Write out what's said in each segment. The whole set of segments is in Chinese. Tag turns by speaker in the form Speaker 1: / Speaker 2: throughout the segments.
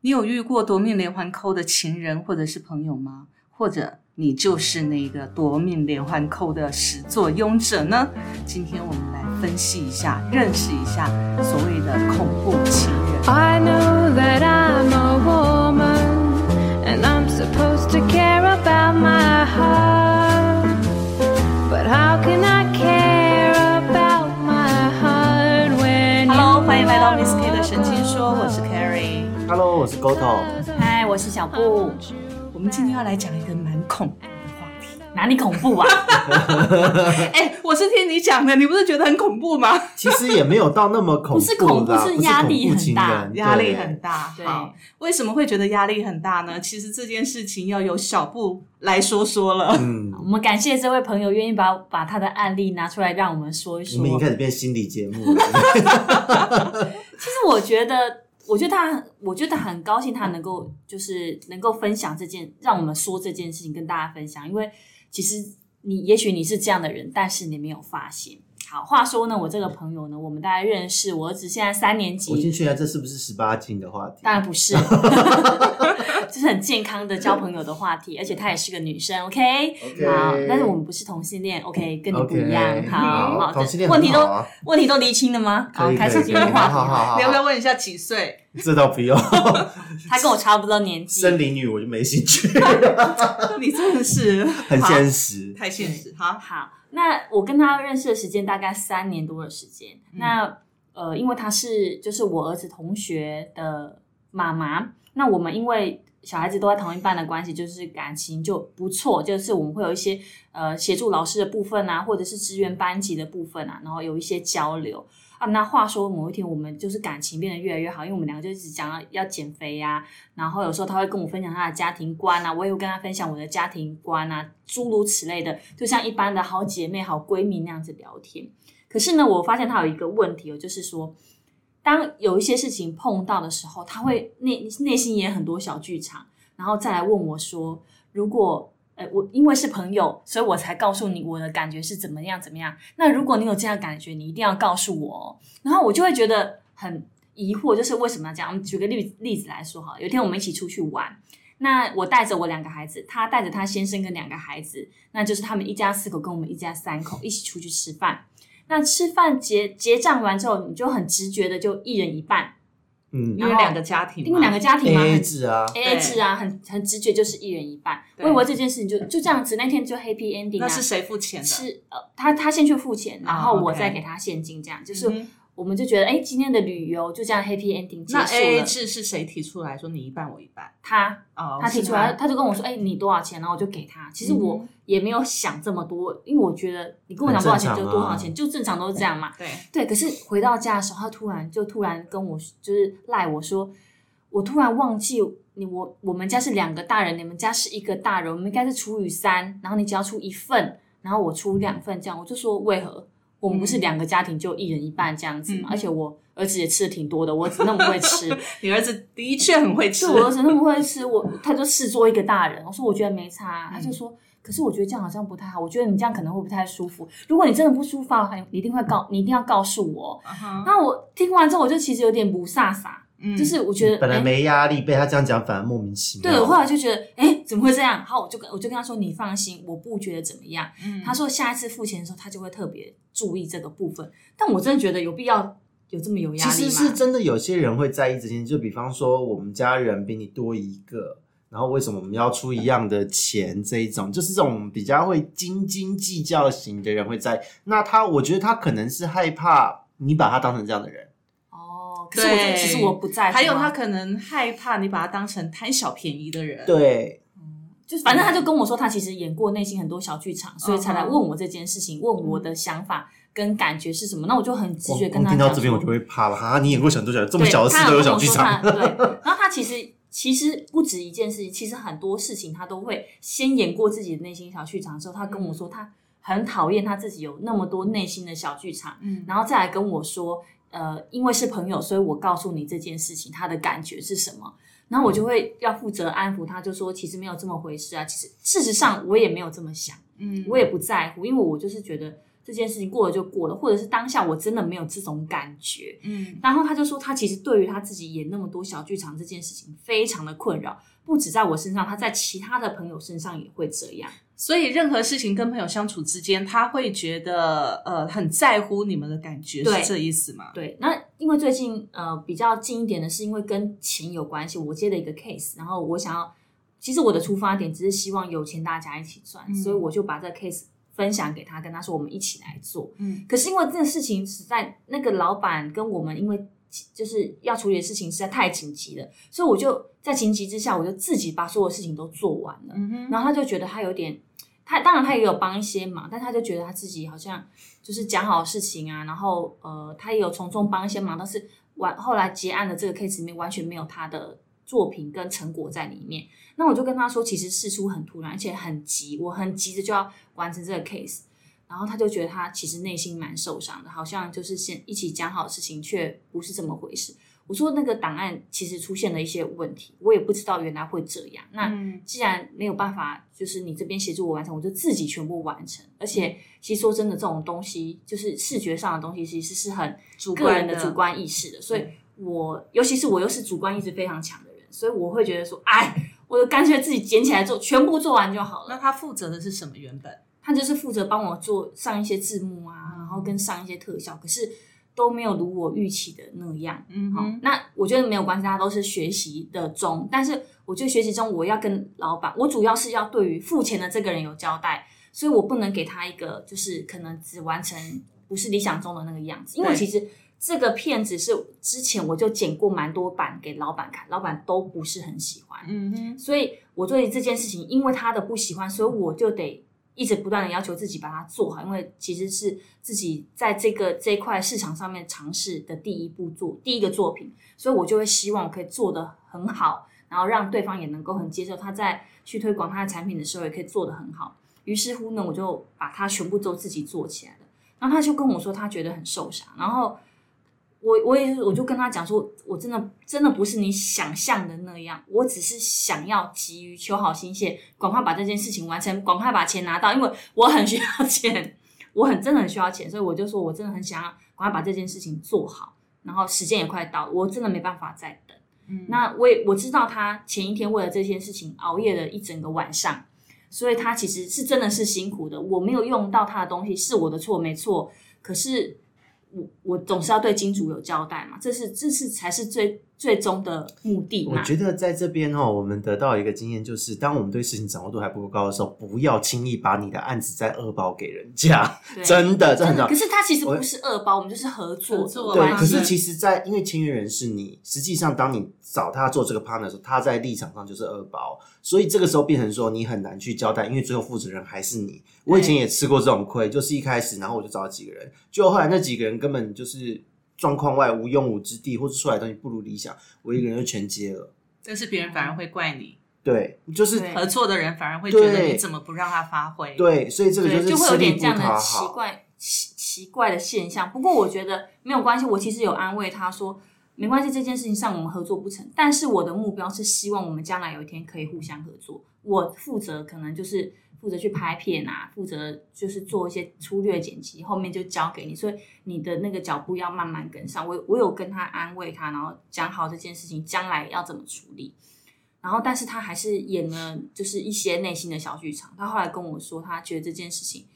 Speaker 1: 你有遇过夺命连环扣的情人或者是朋友吗？或者你就是那个夺命连环扣的始作俑者呢？今天我们来分析一下，认识一下所谓的恐怖情人。
Speaker 2: I know that I'm a woman and I'm supposed to care about my heart. But how can I care about my heart when
Speaker 1: Hello，
Speaker 2: you
Speaker 1: 欢迎来到 Miss K
Speaker 2: are
Speaker 1: 的神经说，
Speaker 2: all
Speaker 1: 我是
Speaker 2: alone?
Speaker 1: Carrie。
Speaker 3: Hello，我是 Goto。
Speaker 4: 嗨，我是小布。
Speaker 1: 我们今天要来讲一个蛮恐怖的话题。
Speaker 4: 哪里恐怖啊？
Speaker 1: 哎、我是听你讲的，你不是觉得很恐怖吗？
Speaker 3: 其实也没有到那么恐怖啦，
Speaker 4: 不是恐怖是压力
Speaker 3: 不是恐怖
Speaker 4: 很大
Speaker 3: 情人
Speaker 1: 压力
Speaker 3: 对
Speaker 1: 很大。
Speaker 4: 对
Speaker 1: 好，为什么会觉得压力很大呢？其实这件事情要由小布来说说了。
Speaker 4: 我
Speaker 3: 嗯，
Speaker 4: 们感谢这位朋友愿意把把他的案例拿出来让我们说一
Speaker 3: 你
Speaker 4: 说。
Speaker 3: 们已经开
Speaker 4: 其
Speaker 3: 始变心理节目 了。
Speaker 4: 实我觉得，我觉得他很，我觉得很高兴他能够就是能够分享这件，让我们说这件事情跟大家分享。因为其实你也许你是这样的人，但是你没有发现。好，话说呢，我这个朋友呢，我们大概认识，我儿子现在三年级，
Speaker 3: 我进去了，这是不是十八禁的话题？
Speaker 4: 当然不是， 就是很健康的交朋友的话题，而且她也是个女生，OK？
Speaker 3: OK
Speaker 4: 好，但是我们不是同性恋，OK？跟你不一样
Speaker 3: OK，
Speaker 4: 好好，
Speaker 3: 同性恋
Speaker 4: 问题
Speaker 3: 很
Speaker 4: 都
Speaker 3: 好啊
Speaker 4: 问题都厘清了吗？好
Speaker 3: 可，以
Speaker 4: 开
Speaker 3: 可
Speaker 4: 始
Speaker 3: 以
Speaker 4: 进
Speaker 3: 可
Speaker 4: 入
Speaker 3: 以好好
Speaker 4: 话
Speaker 3: 好好
Speaker 1: 你要不要问一下几 岁？
Speaker 3: 这倒不 用。
Speaker 4: 题，她跟我差不多年纪，
Speaker 3: 森林女我就没兴 趣，
Speaker 1: 你真的是
Speaker 3: 很
Speaker 1: 好
Speaker 3: 现实。
Speaker 1: 太现实哈。
Speaker 4: 好，那我跟他认识的时间大概三年多的时间。那呃，因为他是就是我儿子同学的妈妈，那我们因为小孩子都在同一班的关系，就是感情就不错，就是我们会有一些呃协助老师的部分啊，或者是支援班级的部分啊，然后有一些交流。啊，那话说某一天我们就是感情变得越来越好，因为我们两个就一直讲要要减肥啊呀、然后有时候他会跟我分享他的家庭观啊，我也会跟他分享我的家庭观啊，诸如此类的，就像一般的好姐妹、好闺蜜那样子聊天。可是呢，我发现他有一个问题哦，就是说，当有一些事情碰到的时候，他会内内心也很多小剧场，然后再来问我说，如果呃我因为是朋友，所以我才告诉你我的感觉是怎么样怎么样。那如果你有这样的感觉，你一定要告诉我哦。然后我就会觉得很疑惑，就是为什么要这样？我们举个例例子来说好了，有一天我们一起出去玩，那我带着我两个孩子，他带着他先生跟两个孩子，那就是他们一家四口跟我们一家三口一起出去吃饭。那吃饭结结账完之后，你就很直觉的就一人一半，
Speaker 3: 嗯
Speaker 1: 因为两个家庭嘛，
Speaker 4: 因为两个家庭嘛，
Speaker 3: ，A A
Speaker 4: 很
Speaker 3: 制啊，
Speaker 4: A A 制啊，很很直觉就是一人一半。
Speaker 1: 对
Speaker 4: 我以为这件事情就就这样子，那天就 happy ending 啊。
Speaker 1: 那是谁付钱的？嗯啊
Speaker 4: 是呃，他他先去付钱，然后我
Speaker 1: OK 嗯
Speaker 4: 再给他现金，这样就
Speaker 1: 就是
Speaker 4: 我们就觉得，哎，今天的旅游就这样 happy ending 结
Speaker 1: 那 A
Speaker 4: 束
Speaker 1: A
Speaker 4: 了。
Speaker 1: 制是谁提出来说你一半我一半？
Speaker 4: 他
Speaker 1: 哦
Speaker 4: 他提出来，，他就跟我说，哎，你多少钱？然后我就给他。其实
Speaker 1: 嗯
Speaker 4: 我也没有想这么多，因为我觉得你跟我讲多少钱
Speaker 3: 很
Speaker 4: 就
Speaker 3: 正常啊
Speaker 4: 多少钱，就正常都是这样嘛。
Speaker 1: 是吗对，
Speaker 4: 对，可是回到家的时候，他突然就突然跟我就是赖我说，我突然忘记你我我们家是两个大人，你们家是一个大人，我们应该是除以三，然后你只要出一份，然后我出两份这样。我就说为何我们不是两个家庭就一人一半这样子嘛？
Speaker 1: 嗯
Speaker 4: 而且我儿子也吃的挺多的，我儿子那么会吃，
Speaker 1: 你儿子的确很会吃
Speaker 4: 就。我儿子那么会吃，我他就视作一个大人。我说我觉得没差啊，
Speaker 1: 嗯
Speaker 4: 他就说。可是我觉得这样好像不太好，我觉得你这样可能会不太舒服。如果你真的不舒服的话，你一定会告，你一定要告诉我。
Speaker 1: 啊哈
Speaker 4: 那我听完之后，我就其实有点不飒飒，
Speaker 1: 嗯
Speaker 4: 就是我觉得
Speaker 3: 本来
Speaker 4: 哎
Speaker 3: 没压力，被他这样讲反而莫名其妙。
Speaker 4: 对，我后来就觉得，哎，怎么会这样？好，我就跟我就跟他说，你放心，我不觉得怎么样。
Speaker 1: 嗯
Speaker 4: 他说下一次付钱的时候，他就会特别注意这个部分。但我真的觉得有必要有这么有压
Speaker 3: 其
Speaker 4: 力吗？
Speaker 3: 实是真的，有些人会在意这些，就比方说我们家人比你多一个，然后为什么我们要出一样的钱？这一种就是这种比较会斤斤计较型的人会在意。那他，我觉得他可能是害怕你把他当成这样的人。
Speaker 4: 哦，可是我觉
Speaker 1: 对
Speaker 4: 得其实我不在乎啊，
Speaker 1: 还有他可能害怕你把他当成贪小便宜的人。
Speaker 3: 对，
Speaker 4: 就是反正他就跟我说，他其实演过内心很多小剧场，所以才来问我这件事情，问我的想法跟感觉是什么。那我就很直
Speaker 3: 我
Speaker 4: 觉跟
Speaker 3: 我
Speaker 4: 他
Speaker 3: 听
Speaker 4: 讲
Speaker 3: 到这边
Speaker 4: 说
Speaker 3: 我就会怕了哈！你演过小多角，这
Speaker 4: 对，
Speaker 3: 么小的事
Speaker 4: 他
Speaker 3: 都
Speaker 4: 有
Speaker 3: 有
Speaker 4: 跟
Speaker 3: 小
Speaker 4: 我
Speaker 3: 剧
Speaker 4: 说
Speaker 3: 场
Speaker 4: 他，对，然后他其实其实不止一件事情，其实很多事情他都会先演过自己的内心小剧场之后，他跟我说他很讨厌他自己有那么多内心的小剧场，
Speaker 1: 嗯
Speaker 4: 然后再来跟我说，呃，因为是朋友，所以我告诉你这件事情他的感觉是什么。然后我就会要负责安抚他，就说其实没有这么回事啊，其实事实上我也没有这么想。
Speaker 1: 嗯
Speaker 4: 我也不在乎，因为我就是觉得这件事情过了就过了，或者是当下我真的没有这种感觉。
Speaker 1: 嗯
Speaker 4: 然后他就说，他其实对于他自己演那么多小剧场这件事情非常的困扰，不止在我身上，他在其他的朋友身上也会这样。
Speaker 1: 所以任何事情跟朋友相处之间，他会觉得呃很在乎你们的感觉，
Speaker 4: 对
Speaker 1: 是这意思吗？
Speaker 4: 对，那因为最近呃比较近一点的是，因为跟钱有关系，我接了一个 case，然后我想要，其实我的出发点只是希望有钱大家一起赚，
Speaker 1: 嗯
Speaker 4: 所以我就把这个 case 分享给他，跟他说我们一起来做。
Speaker 1: 嗯
Speaker 4: 可是因为这个事情实在，那个老板跟我们因为就是要处理的事情实在太紧急了，所以我就在紧急之下，我就自己把所有事情都做完了。
Speaker 1: 嗯哼，
Speaker 4: 然后他就觉得他有点，他当然他也有帮一些忙，但他就觉得他自己好像就是讲好事情啊，然后呃，他也有从中帮一些忙，但是完后来结案的这个 case 里面完全没有他的作品跟成果在里面。那我就跟他说，其实事出很突然，而且很急，我很急着就要完成这个 case。然后他就觉得他其实内心蛮受伤的，好像就是先一起讲好事情，却不是这么回事。我说那个档案其实出现了一些问题，我也不知道原来会这样。那
Speaker 1: 嗯
Speaker 4: 既然没有办法，就是你这边协助我完成，我就自己全部完成。而
Speaker 1: 嗯
Speaker 4: 且，其实说真的，这种东西就是视觉上的东西，其实是很
Speaker 1: 主
Speaker 4: 个
Speaker 1: 观
Speaker 4: 人的主观意识的。所以
Speaker 1: 对
Speaker 4: 我，尤其是我又是主观意识非常强的人，所以我会觉得说，哎，我就干脆自己捡起来做，全部做完就好
Speaker 1: 那
Speaker 4: 了。
Speaker 1: 他负责的是什么？原本
Speaker 4: 他就是负责帮我做上一些字幕啊，然后跟上一些特效，可是都没有如我预期的那样。
Speaker 1: 嗯
Speaker 4: 好，那我觉得没有关系，啊大家都是学习的中。但是我觉得学习中，我要跟老板，我主要是要对于付钱的这个人有交代，所以我不能给他一个就是可能只完成不是理想中的那个样子，因为
Speaker 1: 对
Speaker 4: 其实这个片子是之前我就剪过蛮多版给老板看，老板都不是很喜欢，
Speaker 1: 嗯哼，
Speaker 4: 所以我对于这件事情，因为他的不喜欢，所以我就得一直不断的要求自己把它做好，因为其实是自己在这个这一块市场上面尝试的第一步作第一个作品，所以我就会希望我可以做得很好，然后让对方也能够很接受，他在去推广他的产品的时候也可以做得很好。于是乎呢，我就把它全部都自己做起来了。然后他就跟我说，他觉得很受伤，然后。我我也我就跟他讲说，我真的真的不是你想象的那样，我只是想要急于求好心切，赶快把这件事情完成，赶快把钱拿到，因为我很需要钱，我很真的很需要钱，所以我就说我真的很想要赶快把这件事情做好，然后时间也快到，我真的没办法再等。
Speaker 1: 嗯
Speaker 4: 那我也我知道他前一天为了这件事情熬夜了一整个晚上，所以他其实是真的是辛苦的。我没有用到他的东西是我的错，没错。可是我我总是要对金主有交代嘛，这是这是才是最最终的目的
Speaker 3: 我
Speaker 4: 嘛。
Speaker 3: 觉得在这边哦，我们得到一个经验，就是当我们对事情掌握度还不够高的时候，不要轻易把你的案子再恶报给人家。
Speaker 4: 对
Speaker 3: 真的，这
Speaker 4: 真
Speaker 3: 很重要
Speaker 4: 的，可。是他其实
Speaker 3: 我
Speaker 4: 不是恶包，我们就是合作的
Speaker 1: 合作
Speaker 3: 对，
Speaker 4: 关
Speaker 1: 嘛
Speaker 3: 可
Speaker 4: 系
Speaker 3: 是其实在，因为签约人是你，实际上当你找他做这个 partner 的时候，他在立场上就是二包，所以这个时候变成说你很难去交代，因为最后负责人还是你。我以前也吃过这种亏，就是一开始，然后我就找了几个人，就后来那几个人根本就是状况外无用武之地，或者出来的东西不如理想，我一个人就全接了。
Speaker 1: 但是别人反而会怪你，
Speaker 3: 对，就是
Speaker 4: 对
Speaker 1: 合作的人反而会觉得
Speaker 3: 对
Speaker 1: 你怎么不让他发挥？，
Speaker 3: 对，所以这个
Speaker 4: 对，
Speaker 3: 是
Speaker 4: 会有
Speaker 3: 吃力
Speaker 4: 点
Speaker 3: 不
Speaker 4: 这样
Speaker 3: 讨
Speaker 4: 的奇
Speaker 3: 好。
Speaker 4: 怪奇奇怪的现象。不过我觉得没有关系，我其实有安慰他说，没关系，这件事情上我们合作不成，但是我的目标是希望我们将来有一天可以互相合作。我负责可能就是负责去拍片啊，负责就是做一些粗略剪辑，后面就交给你，所以你的那个脚步要慢慢跟上。我我有跟他安慰他，然后讲好这件事情将来要怎么处理。然后，但是他还是演了，就是一些内心的小剧场。他后来跟我说，他觉得这件事情，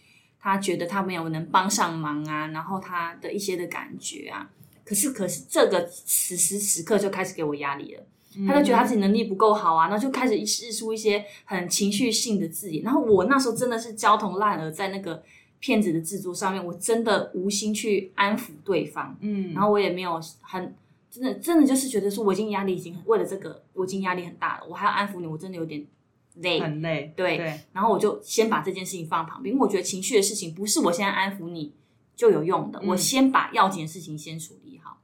Speaker 4: 他觉得他没有能帮上忙啊，然后他的一些的感觉啊。可是，可是这个此时此刻就开始给我压力了。
Speaker 1: 嗯
Speaker 4: 他就觉得他自己能力不够好啊，然后就开始试出一些很情绪性的字眼。然后我那时候真的是焦头烂额，在那个片子的制作上面，我真的无心去安抚对方。
Speaker 1: 嗯，
Speaker 4: 然后我也没有很真的真的就是觉得说我已经压力已经很为了这个我已经压力很大了，我还要安抚你，我真的有点累。
Speaker 1: 很累，
Speaker 4: 对
Speaker 1: 对，
Speaker 4: 然后我就先把这件事情放旁边，因为我觉得情绪的事情不是我现在安抚你就有用的，
Speaker 1: 嗯
Speaker 4: 我先把要紧的事情先处理好。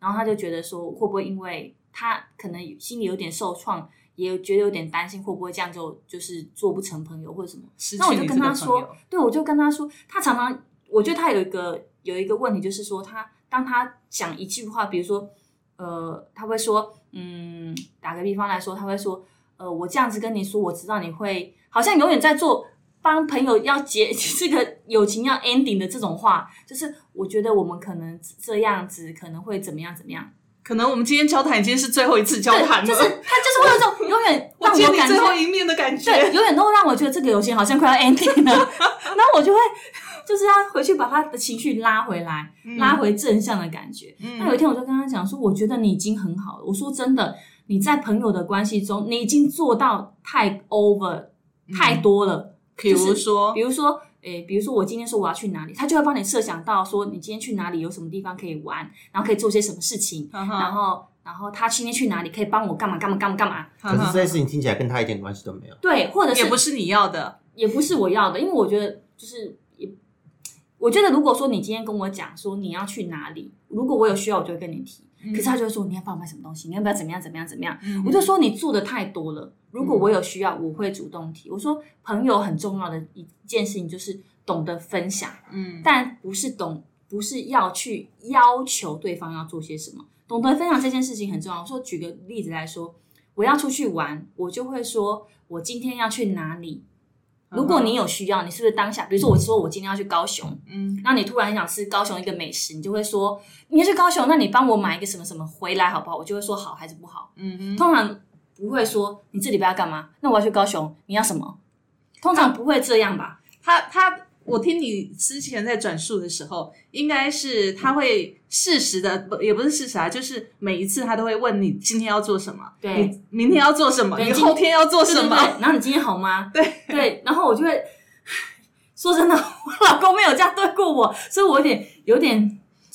Speaker 4: 然后他就觉得说，会不会因为他可能心里有点受创，也有觉得有点担心，会不会这样就就是做不成朋友或者什么？
Speaker 1: 失
Speaker 4: 那我
Speaker 1: 去
Speaker 4: 就
Speaker 1: 你
Speaker 4: 跟
Speaker 1: 这个
Speaker 4: 他
Speaker 1: 朋
Speaker 4: 说
Speaker 1: 友，，
Speaker 4: 对，我就跟他说，他常常，我觉得他有一个有一个问题，就是说他当他讲一句话，比如说，呃，他会说，嗯，打个比方来说，他会说，呃，我这样子跟你说，我知道你会好像永远在做帮朋友要结 这个友情要 ending 的这种话，就是我觉得我们可能这样子可能会怎么样怎么样，
Speaker 1: 可能我们今天交谈已经是最后一次交
Speaker 4: 对，
Speaker 1: 谈了，
Speaker 4: 就是他就是会有一种永远
Speaker 1: 我
Speaker 4: 让
Speaker 1: 见
Speaker 4: 我
Speaker 1: 你
Speaker 4: 感
Speaker 1: 最后
Speaker 4: 觉，
Speaker 1: 一面的感觉。
Speaker 4: 对，永远都让我觉得这个友情好像快要 ending 了，那我就会就是要回去把他的情绪拉回来，
Speaker 1: 嗯
Speaker 4: 拉回正向的感觉。那有一天我就跟他讲说，我觉得你已经很好了。我说真的，你在朋友的关系中，你已经做到太 over
Speaker 1: 嗯
Speaker 4: 太多了。
Speaker 1: 比如
Speaker 4: 就是
Speaker 1: 说
Speaker 4: 比，如说，诶、比如说我今天说我要去哪里，他就会帮你设想到说你今天去哪里，有什么地方可以玩，然后可以做些什么事情，
Speaker 1: 然
Speaker 4: 然后然后他今天去哪里可以帮我干嘛干嘛干嘛干嘛。
Speaker 3: 可是这件事情听起来跟他一点关系都没有。
Speaker 4: 对，或者是
Speaker 1: 也不是你要的，
Speaker 4: 也不是我要的，因为我觉得就是也，我觉得如果说你今天跟我讲说你要去哪里，如果我有需要，我就会跟你提。
Speaker 1: 嗯
Speaker 4: 可是他就会说你要帮我买什么东西，你要不要怎么样怎么样怎么样？我就说你做的太多了。如果我有需要，我会主动提。我说朋友很重要的一件事情就是懂得分享，
Speaker 1: 嗯，
Speaker 4: 但不是懂，不是要去要求对方要做些什么。懂得分享这件事情很重要。我说，举个例子来说，我要出去玩，我就会说我今天要去哪里。
Speaker 1: 嗯
Speaker 4: 如果你有需要，你是不是当下，比如说我说我今天要去高雄，
Speaker 1: 嗯
Speaker 4: 那你突然想吃高雄一个美食，你就会说你要去高雄，那你帮我买一个什么什么回来好不好？我就会说好还是不好。
Speaker 1: 嗯哼，
Speaker 4: 通常不会说你这礼拜要干嘛，那我要去高雄，你要什么？通常不会这样吧？
Speaker 1: 他他，我听你之前在转述的时候，应该是他会适时的，不也不是适时啊，就是每一次他都会问你今天要做什么，
Speaker 4: 对
Speaker 1: 你明天要做什么，
Speaker 4: 对
Speaker 1: 你
Speaker 4: 今
Speaker 1: 后天要做什
Speaker 4: 对对
Speaker 1: 么，
Speaker 4: 对然后你今天好吗？
Speaker 1: 对
Speaker 4: 对，然后我就会说真的， 我老公没有这样对过我，所以我有点有点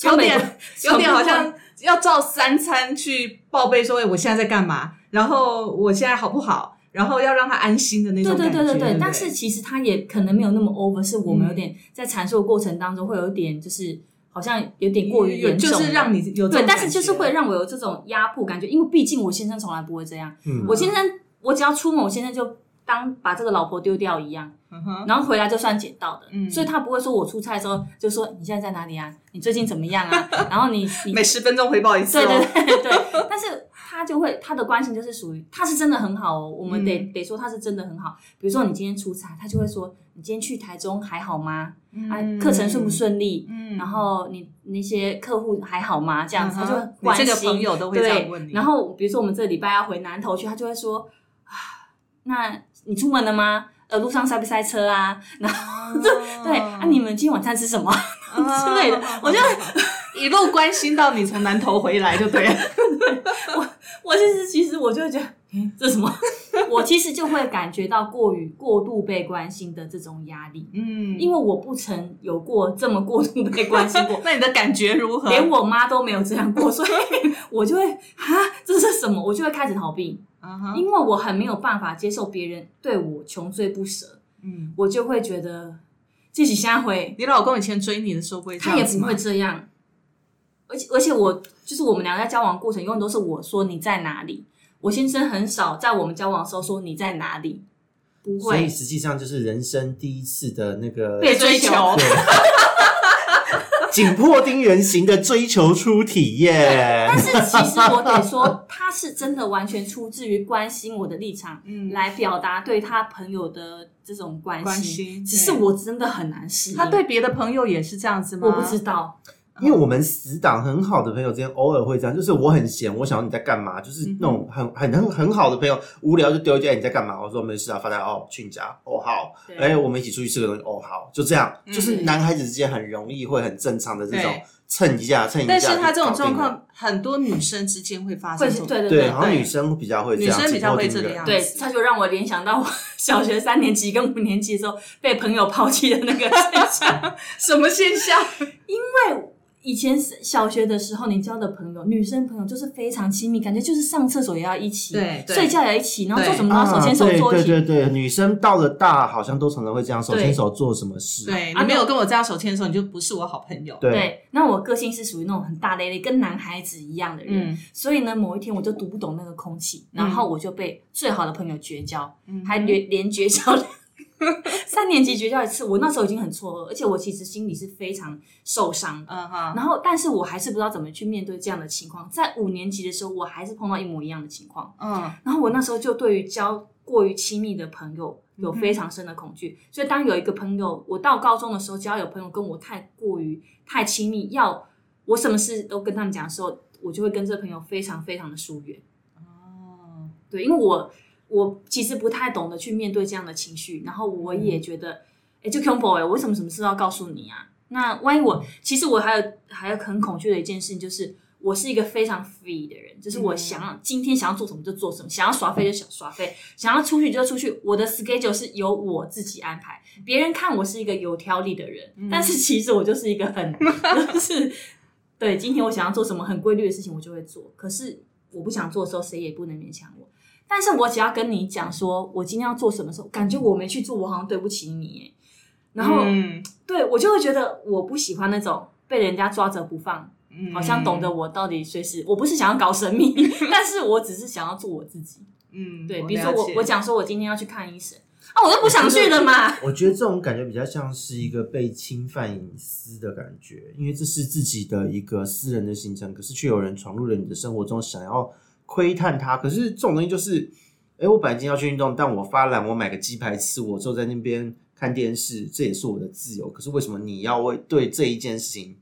Speaker 1: 有点有点好
Speaker 4: 从
Speaker 1: 像要照三餐去报备说，哎，我现在在干嘛，然后我现在好不好，然后要让他安心的那
Speaker 4: 对
Speaker 1: 种
Speaker 4: 对
Speaker 1: 感觉，
Speaker 4: 对对
Speaker 1: 对嗯
Speaker 4: 对
Speaker 1: 不，
Speaker 4: 但是其实他也可能没有那么 over，是我们有点在阐述的过程当中会有点就是好像有点过于
Speaker 1: 有
Speaker 4: 严重
Speaker 1: 就
Speaker 4: 了，
Speaker 1: 是让你有这
Speaker 4: 对，
Speaker 1: 种
Speaker 4: 但是就是
Speaker 1: 感觉
Speaker 4: 会让我有这种压迫感觉，因为毕竟我先生从来不会这样，
Speaker 3: 嗯，
Speaker 4: 我先生我只要出门，我先生就当把这个老婆丢掉一样，
Speaker 1: 嗯哼
Speaker 4: 然后回来就算捡到的，
Speaker 1: 嗯
Speaker 4: 所以他不会说我出差的时候就说你现在在哪里啊？你最近怎么样啊？ 然后你你
Speaker 1: 每十分钟回报一次
Speaker 4: 对
Speaker 1: 哦，
Speaker 4: 对对对，但是他就会他的关心就是属于他是真的很好哦，我们得、
Speaker 1: 嗯
Speaker 4: 得说他是真的很好。比如说你今天出差，他就会说你今天去台中还好吗？啊，课程顺不？顺利？
Speaker 1: 嗯
Speaker 4: 然后你那些客户还好吗？这样子、他就会
Speaker 1: 嗯哼
Speaker 4: 关
Speaker 1: 你这
Speaker 4: 心。
Speaker 1: 个朋友都会这样问你，
Speaker 4: 对，然后比如说我们这礼拜要回南头去，他就会说啊，那你出门了吗？呃，路上塞不塞车啊？然后 对
Speaker 1: 嗯
Speaker 4: 啊，你们今天晚餐吃什么？
Speaker 1: 哦
Speaker 4: 之类的 我就
Speaker 1: 一路关心到你从南头回来就对了。
Speaker 4: 我其实其实我就会觉得，诶这是什么？ 我其实就会感觉到过于过度被关心的这种压力，
Speaker 1: 嗯
Speaker 4: 因为我不曾有过这么过度被关心过
Speaker 1: ，那你的感觉如何？
Speaker 4: 连我妈都没有这样过，所以我就会啊，这是什么？我就会开始逃避，
Speaker 1: 嗯哼
Speaker 4: 因为我很没有办法接受别人对我穷追不舍，
Speaker 1: 嗯，
Speaker 4: 我就会觉得自己下回
Speaker 1: 你老公以前追你的时候不会这
Speaker 4: 他
Speaker 1: 样
Speaker 4: 也
Speaker 1: 子
Speaker 4: 不
Speaker 1: 吗
Speaker 4: 会？这样。而且而且我就是我们俩在交往过程，永远都是我说你在哪里，我先生很少在我们交往的时候说你在哪里，不
Speaker 3: 所以
Speaker 4: 会
Speaker 3: 实际上就是人生第一次的那个
Speaker 4: 被追求。
Speaker 1: 追
Speaker 3: 对 紧迫盯人型的追求初体验
Speaker 4: 但。是其实我得说，他是真的完全出自于关心我的立场，
Speaker 1: 嗯
Speaker 4: 来表达对他朋友的这种关心。
Speaker 1: 关心
Speaker 4: 只是
Speaker 1: 对
Speaker 4: 我真的很难适应。
Speaker 1: 他对别的朋友也是这样子吗？
Speaker 4: 我不知道，
Speaker 3: 因为我们死党很好的朋友之间偶尔会这样，就是我很闲，我想要你在干嘛，就是那
Speaker 1: 嗯
Speaker 3: 种很很很很好的朋友，无聊就丢一句哎你在干嘛？我说没事啊，发呆哦，去你家哦好，
Speaker 4: 对
Speaker 3: 哎我们一起出去吃个东西哦好，就这样，
Speaker 1: 嗯
Speaker 3: 就是男孩子之间很容易会很正常的这种
Speaker 1: 对
Speaker 3: 蹭一下蹭一下，
Speaker 1: 但是他这种状。况，很多女生之间会发生
Speaker 4: 会
Speaker 1: 这
Speaker 4: 是
Speaker 1: 种。
Speaker 4: 对对
Speaker 3: 对，
Speaker 4: 对
Speaker 3: 好像女生比较会这样，
Speaker 1: 女生比较会这个
Speaker 3: 紧迫盯人
Speaker 1: 样子
Speaker 4: 对，他就让我联想到我 小学三年级跟五年级的时候被朋友抛弃的那个现象。
Speaker 1: 什么现象？
Speaker 4: 以前是小学的时候，你交的朋友，女生朋友就是非常亲密，感觉就是上厕所也要一起，
Speaker 1: 对对
Speaker 4: 睡觉也要一起，然后
Speaker 1: 对
Speaker 4: 做什么都要手牵手
Speaker 3: 啊
Speaker 4: 做一
Speaker 3: 对
Speaker 4: 起。
Speaker 3: 对对对，女生到了大好像都常常会这样，手
Speaker 4: 对
Speaker 3: 牵手做什么事？
Speaker 1: 对
Speaker 4: 啊
Speaker 1: 你没有跟我这样手牵手，你就不是我好朋友。
Speaker 3: 对
Speaker 4: 对，那我个性是属于那种很大咧咧，跟男孩子一样的人，
Speaker 1: 嗯
Speaker 4: 所以呢，某一天我就读不懂那个空气，然后我就被最好的朋友绝交，
Speaker 1: 嗯
Speaker 4: 还连连绝交 三年级绝交一次，我那时候已经很错愕，而且我其实心里是非常受伤的。
Speaker 1: 嗯哈，
Speaker 4: 然后，但是我还是不知道怎么去面对这样的情况。在五年级的时候，我还是碰到一模一样的情况。
Speaker 1: 嗯
Speaker 4: 然后我那时候就对于交过于亲密的朋友有非常深的恐惧，所以当有一个朋友，我到高中的时候，只要有朋友跟我太过于太亲密，要我什么事都跟他们讲的时候，我就会跟这个朋友非常非常的疏远。
Speaker 1: 哦，
Speaker 4: 对，因为我我其实不太懂得去面对这样的情绪，然后我也觉得，哎、就 combo 哎，我为什么什么事都要告诉你啊？那万一我其实我还有还有很恐惧的一件事情，就是我是一个非常 free 的人，就是我想要、今天想要做什么就做什么，想要耍废就想耍废，想要出去就出去，我的 schedule 是由我自己安排。别人看我是一个有条理的人，但是其实我就是一个很 就是对，今天我想要做什么很规律的事情，我就会做。可是我不想做的时候，谁也不能勉强我。但是我只要跟你讲说，我今天要做什么时候，感觉我没去做，我好像对不起你耶。然后，
Speaker 1: 嗯
Speaker 4: 对我就会觉得我不喜欢那种被人家抓着不放，
Speaker 1: 嗯
Speaker 4: 好像懂得，我到底随时，我不是想要搞 神秘，但是我只是想要做我自己。
Speaker 1: 嗯，
Speaker 4: 对，
Speaker 1: 了
Speaker 4: 比如说我
Speaker 1: 解
Speaker 4: 我，讲说我今天要去看医生啊，我都不想去了嘛。
Speaker 3: 我觉得这种感觉比较像是一个被侵犯隐私的感觉，因为这是自己的一个私人的行程，可是却有人闯入了你的生活中，想要窥探它。可是这种东西就是，哎，我本来今天要去运动，但我发懒，我买个鸡排吃，我坐在那边看电视，这也是我的自由。可是为什么你要为对这一件事情，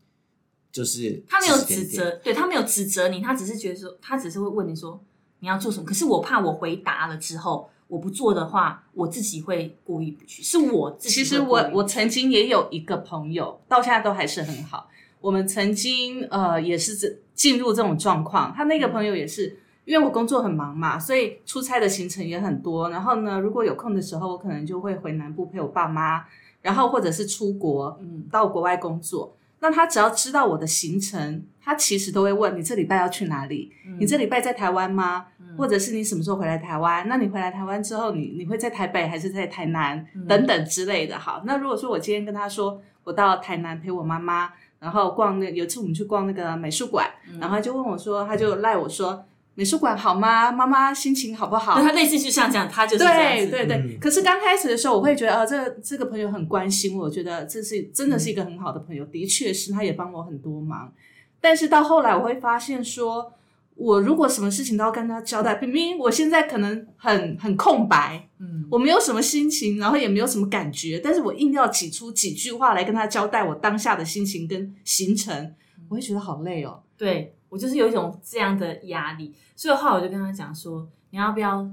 Speaker 3: 就是
Speaker 4: 他没有
Speaker 3: 指
Speaker 4: 指
Speaker 3: 指点点
Speaker 4: 责，对他没有指责你，他只是觉得说，他只是会问你说你要做什么。可是我怕我回答了之后，我不做的话，我自己会过意不去，是我自己
Speaker 1: 其
Speaker 4: 会
Speaker 1: 实
Speaker 4: 过意
Speaker 1: 我
Speaker 4: 不
Speaker 1: 我
Speaker 4: 去
Speaker 1: 曾经也有一个朋友，到现在都还是很好。我们曾经呃也是这进入这种状况，他那个朋友也是。因为我工作很忙嘛，所以出差的行程也很多。然后呢，如果有空的时候，我可能就会回南部陪我爸妈，然后或者是出国，
Speaker 4: 嗯
Speaker 1: 到国外工作。那他只要知道我的行程，他其实都会问你这礼拜要去哪里？
Speaker 4: 嗯
Speaker 1: 你这礼拜在台湾吗？
Speaker 4: 嗯
Speaker 1: 或者是你什么时候回来台湾？那你回来台湾之后，你你会在台北还是在台南、
Speaker 4: 嗯
Speaker 1: 等等之类的？好，那如果说我今天跟他说我到台南陪我妈妈，然后逛那有一次我们去逛那个美术馆，
Speaker 4: 嗯
Speaker 1: 然后他就问我说，他就赖我说美术馆好吗？妈妈心情好不好
Speaker 4: 对？他类似就像这样，他就是这样
Speaker 1: 对
Speaker 4: 子
Speaker 1: 对对，
Speaker 3: 嗯
Speaker 1: 可是刚开始的时候，我会觉得，啊，这个这个朋友很关心我，觉得这是真的是一个很好的朋友，的确是，他也帮我很多忙。但是到后来，我会发现说，我如果什么事情都要跟他交代，明明我现在可能很很空白，
Speaker 4: 嗯
Speaker 1: 我没有什么心情，然后也没有什么感觉，但是我硬要挤出几句话来跟他交代我当下的心情跟行程，
Speaker 4: 嗯
Speaker 1: 我会觉得好累哦。
Speaker 4: 对我就是有一种这样的压力，所以后来我就跟他讲说，你要不要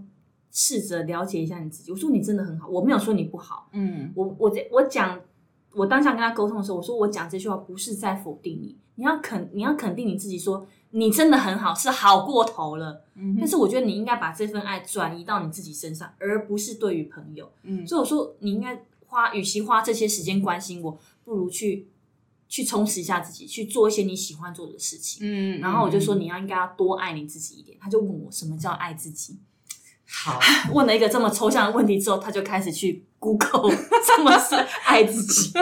Speaker 4: 试着了解一下你自己？我说你真的很好，我没有说你不好，
Speaker 1: 嗯
Speaker 4: 我我在我讲，我当下跟他沟通的时候，我说我讲这句话不是在否定你，你要肯你要肯定你自己说，你真的很好，是好过头了。
Speaker 1: 嗯
Speaker 4: 但是我觉得你应该把这份爱转移到你自己身上，而不是对于朋友。
Speaker 1: 嗯
Speaker 4: 所以我说你应该花，与其花这些时间关心我，不如去去充实一下自己，去做一些你喜欢做的事情。
Speaker 1: 嗯
Speaker 4: 然后我就说你要应该要多爱你自己一点，他就问我什么叫爱自己，
Speaker 1: 好，
Speaker 4: 问了一个这么抽象的问题之后，他就开始去 Google 什么是爱自己。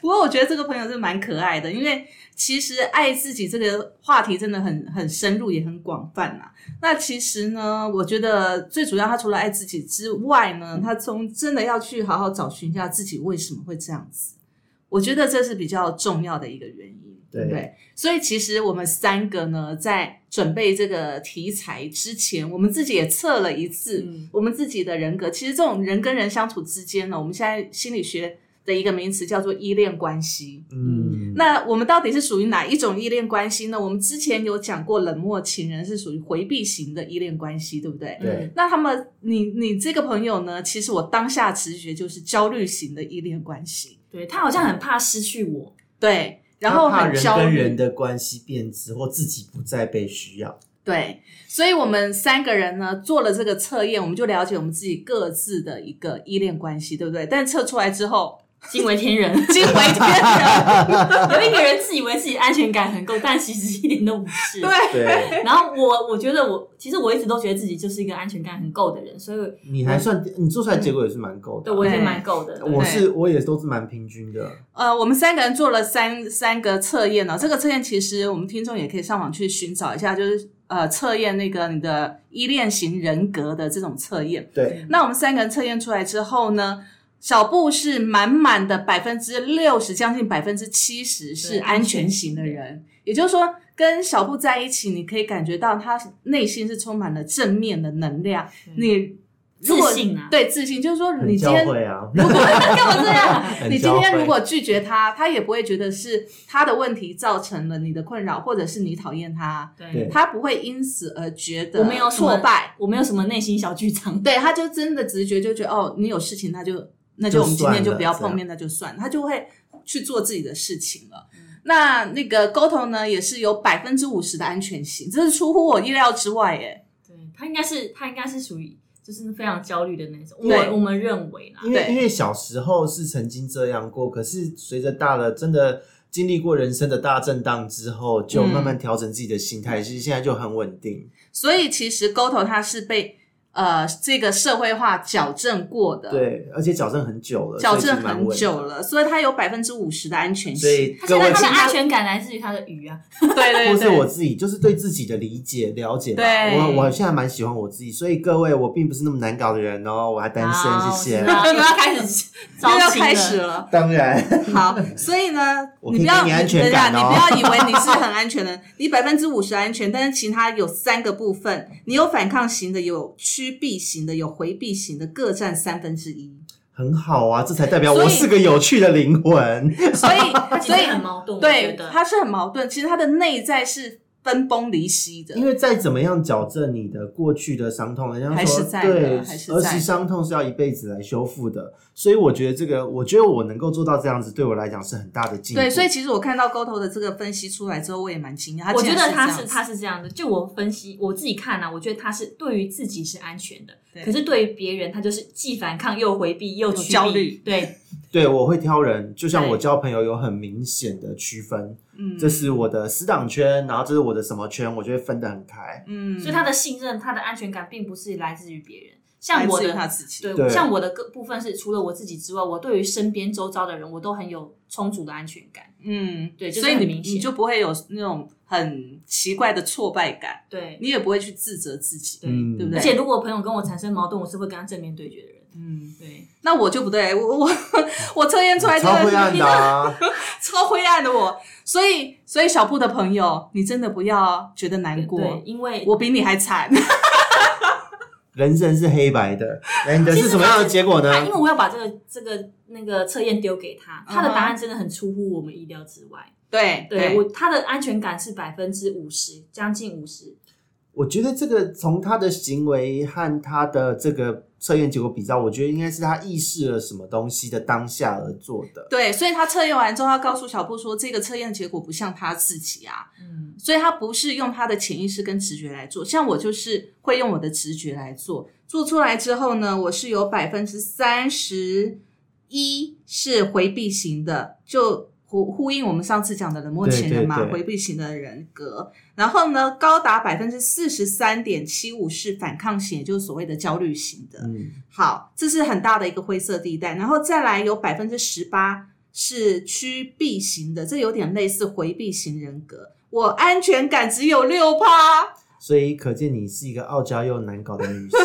Speaker 1: 不过我觉得这个朋友是蛮可爱的，因为其实爱自己这个话题真的很很深入，也很广泛啊。那其实呢，我觉得最主要，他除了爱自己之外呢，他从真的要去好好找寻一下自己为什么会这样子。我觉得这是比较重要的一个原因，
Speaker 3: 对
Speaker 1: 对不对？所以其实我们三个呢，在准备这个题材之前，我们自己也测了一次，
Speaker 4: 嗯
Speaker 1: 我们自己的人格。其实这种人跟人相处之间呢，我们现在心理学的一个名词叫做依恋关系。
Speaker 3: 嗯，
Speaker 1: 那我们到底是属于哪一种依恋关系呢？我们之前有讲过，冷漠情人是属于回避型的依恋关系，对不 对？
Speaker 4: 嗯
Speaker 3: 对
Speaker 1: 那他们，你你这个朋友呢？其实我当下直觉就是焦虑型的依恋关系，
Speaker 4: 对他好像很怕失去我，
Speaker 1: 对，然后
Speaker 3: 他怕
Speaker 1: 很
Speaker 3: 人
Speaker 1: 焦虑，
Speaker 3: 跟人的关系变质，或自己不再被需要。
Speaker 1: 对，所以我们三个人呢做了这个测验，我们就了解我们自己各自的一个依恋关系，对不对？但测出来之后，
Speaker 4: 惊为天人。
Speaker 1: 惊为天人，
Speaker 4: 有一个人自以为自己安全感很够，但其实一点都不是。
Speaker 1: 对。
Speaker 3: 对，
Speaker 4: 然后我我觉得我其实我一直都觉得自己就是一个安全感很够的人，所以
Speaker 3: 你还算，你做出来结果也是蛮够的啊
Speaker 4: 对。我也蛮够的。对
Speaker 3: 我是我也都是蛮平均的，
Speaker 1: 呃，我们三个人做了三三个测验哦呢、这个测验其实我们听众也可以上网去寻找一下，就是呃测验那个你的依恋型人格的这种测验。
Speaker 3: 对，
Speaker 1: 那我们三个人测验出来之后呢，小布是满满的百分之六十，将近百分之七十是安全型的人，也就是说，跟小布在一起，你可以感觉到他内心是充满了正面的能量。你如
Speaker 4: 嗯自
Speaker 1: 果
Speaker 4: 信啊，
Speaker 1: 对自信，就是说
Speaker 3: 很
Speaker 1: 嗯你今
Speaker 3: 教
Speaker 1: 天
Speaker 3: 会啊，
Speaker 1: 如果干嘛这样？
Speaker 3: 很
Speaker 1: 你今
Speaker 3: 教
Speaker 1: 天
Speaker 3: 会
Speaker 1: 如果拒绝他，他也不会觉得是他的问题造成了你的困扰，或者是你讨厌他，
Speaker 3: 对
Speaker 1: 他不会因此而觉得
Speaker 4: 我没有什么
Speaker 1: 挫败。
Speaker 4: 我没有什么内心小剧场，
Speaker 1: 对，他就真的直觉就觉得哦，你有事情，那就那
Speaker 3: 就
Speaker 1: 就我们今
Speaker 3: 算
Speaker 1: 天就
Speaker 3: 了
Speaker 1: 不要
Speaker 3: 这
Speaker 1: 碰
Speaker 3: 样
Speaker 1: 面，那就算了，他就会去做自己的事情了。那那个沟通呢，也是有百分之五十的安全性，这是出乎我意料之外耶。
Speaker 4: 对他应该是他应该是属于就是非常焦虑的那种，
Speaker 1: 对
Speaker 4: 我我们认为啦，
Speaker 3: 因为
Speaker 1: 对
Speaker 3: 因为小时候是曾经这样过，可是随着大了，真的经历过人生的大震荡之后，就慢慢调整自己的心态，其实现在就很稳定。
Speaker 1: 所以其实沟通它是被呃这个社会化矫正过的，，
Speaker 3: 对，而且矫正很久
Speaker 1: 嗯
Speaker 3: 了，
Speaker 1: 矫
Speaker 3: 所以
Speaker 1: 正
Speaker 3: 已经蛮
Speaker 1: 很
Speaker 3: 稳定
Speaker 1: 久。了，所以它有百分之五十的安全
Speaker 3: 所
Speaker 1: 性。
Speaker 3: 以
Speaker 4: 他
Speaker 3: 各
Speaker 4: 现
Speaker 3: 位
Speaker 4: 在他的
Speaker 3: 亲
Speaker 4: 安全感来自于他的鱼啊，
Speaker 1: 对 对
Speaker 3: 或是
Speaker 1: 对，
Speaker 3: 我自己，就是对自己的理解、了解吧。
Speaker 1: 对
Speaker 3: 我我现在蛮喜欢我自己，所以各位，我并不是那么难搞的人哦，我还单身，
Speaker 1: 啊
Speaker 4: 好
Speaker 3: 谢谢
Speaker 4: 我知。 道又要开始招
Speaker 1: 哦 又要
Speaker 4: 亲
Speaker 1: 开始了。
Speaker 3: 当然，
Speaker 1: 好，所以呢，
Speaker 3: 我
Speaker 1: 你不
Speaker 3: 可以
Speaker 1: 要
Speaker 3: 给你安全感
Speaker 1: 你
Speaker 3: 哦
Speaker 1: 不要以为你是很安全的，你百分之五十安全，但是其他有三个部分，你有反抗型的，有趋避型的，有回避型的，各占三分之一。
Speaker 3: 很好啊，这才代表
Speaker 1: 所以
Speaker 3: 我是个有趣的灵魂。
Speaker 1: 所以，
Speaker 4: 他其
Speaker 1: 所
Speaker 4: 实很
Speaker 1: 以
Speaker 4: 矛盾，我觉
Speaker 1: 对
Speaker 4: 得
Speaker 1: 它是很矛盾，其实它的内在是分崩离析的
Speaker 3: 因。为再怎么样矫正你的过去的伤痛，人家说
Speaker 1: 还是在的
Speaker 3: 对，
Speaker 1: 还是在的
Speaker 3: 儿时伤痛是要一辈子来修复的。所以我觉得这个，我觉得我能够做到这样子，对我来讲是很大的进步。
Speaker 1: 对，所以其实我看到沟头的这个分析出来之后，我也蛮惊讶。
Speaker 4: 我觉得他
Speaker 1: 他
Speaker 4: 是他是这样的，就我分析我自己看啊，我觉得他是对于自己是安全的，
Speaker 1: 对
Speaker 4: 可是对于别人他就是既反抗又回避又趋避
Speaker 1: 焦虑，
Speaker 4: 对，
Speaker 3: 对我会挑人，就像
Speaker 4: 对
Speaker 3: 我交朋友有很明显的区分，
Speaker 1: 嗯
Speaker 3: 这是我的死党圈，然后这是我的什么圈，我就会分得很开。
Speaker 1: 嗯，
Speaker 4: 所以他的信任他的安全感并不是来自于别人，像
Speaker 1: 来
Speaker 4: 我
Speaker 1: 自于
Speaker 4: 的
Speaker 1: 他自己。
Speaker 4: 对，
Speaker 3: 对
Speaker 4: 像我的个部分是除了我自己之外，我对于身边周遭的人我都很有充足的安全感，
Speaker 1: 嗯，
Speaker 4: 对就是
Speaker 1: 所以
Speaker 4: 很
Speaker 1: 你
Speaker 4: 明显
Speaker 1: 你就不会有那种很奇怪的挫败感，
Speaker 4: 对
Speaker 1: 你也不会去自责自己，
Speaker 4: 对
Speaker 3: 嗯
Speaker 1: 对不对？
Speaker 4: 而且如果朋友跟我产生矛盾，我是会跟他正面对决的人，
Speaker 1: 嗯，
Speaker 4: 对，
Speaker 1: 那我就不对，我我我测验出来真
Speaker 3: 超
Speaker 1: 的
Speaker 3: 灰
Speaker 1: 是
Speaker 3: 暗的、啊，
Speaker 1: 超灰暗的我，所以所以小布的朋友，你真的不要觉得难
Speaker 4: 对，
Speaker 1: 过，
Speaker 4: 因为
Speaker 1: 我比你还惨，
Speaker 3: 人生是黑白的，那你的
Speaker 4: 其
Speaker 3: 是
Speaker 4: 实
Speaker 3: 什么样的结果呢？
Speaker 1: 嗯
Speaker 4: 他因为我要把这个这个那个测验丢给他，他的答案真的很出乎我们意料之外。
Speaker 1: 对
Speaker 4: 对我，他的安全感是百分之五十，将近 五十。
Speaker 3: 我觉得这个从他的行为和他的这个测验结果比较，我觉得应该是他意识了什么东西的当下而做的。
Speaker 1: 对，所以他测验完之后，他告诉小布说，这个测验结果不像他自己啊，
Speaker 4: 嗯，
Speaker 1: 所以他不是用他的潜意识跟直觉来做，像我就是会用我的直觉来做，做出来之后呢，我是有百分之三十一是回避型的，就呼呼应我们上次讲的冷漠情人嘛，
Speaker 3: 对对对
Speaker 1: 回避型的人格。然后呢，高达百分之四十三点七五是反抗型，也就是所谓的焦虑型的。
Speaker 3: 嗯，
Speaker 1: 好，这是很大的一个灰色地带。然后再来有百分之十八是趋避型的，这有点类似回避型人格。我安全感只有六趴，
Speaker 3: 所以可见你是一个傲娇又难搞的女生。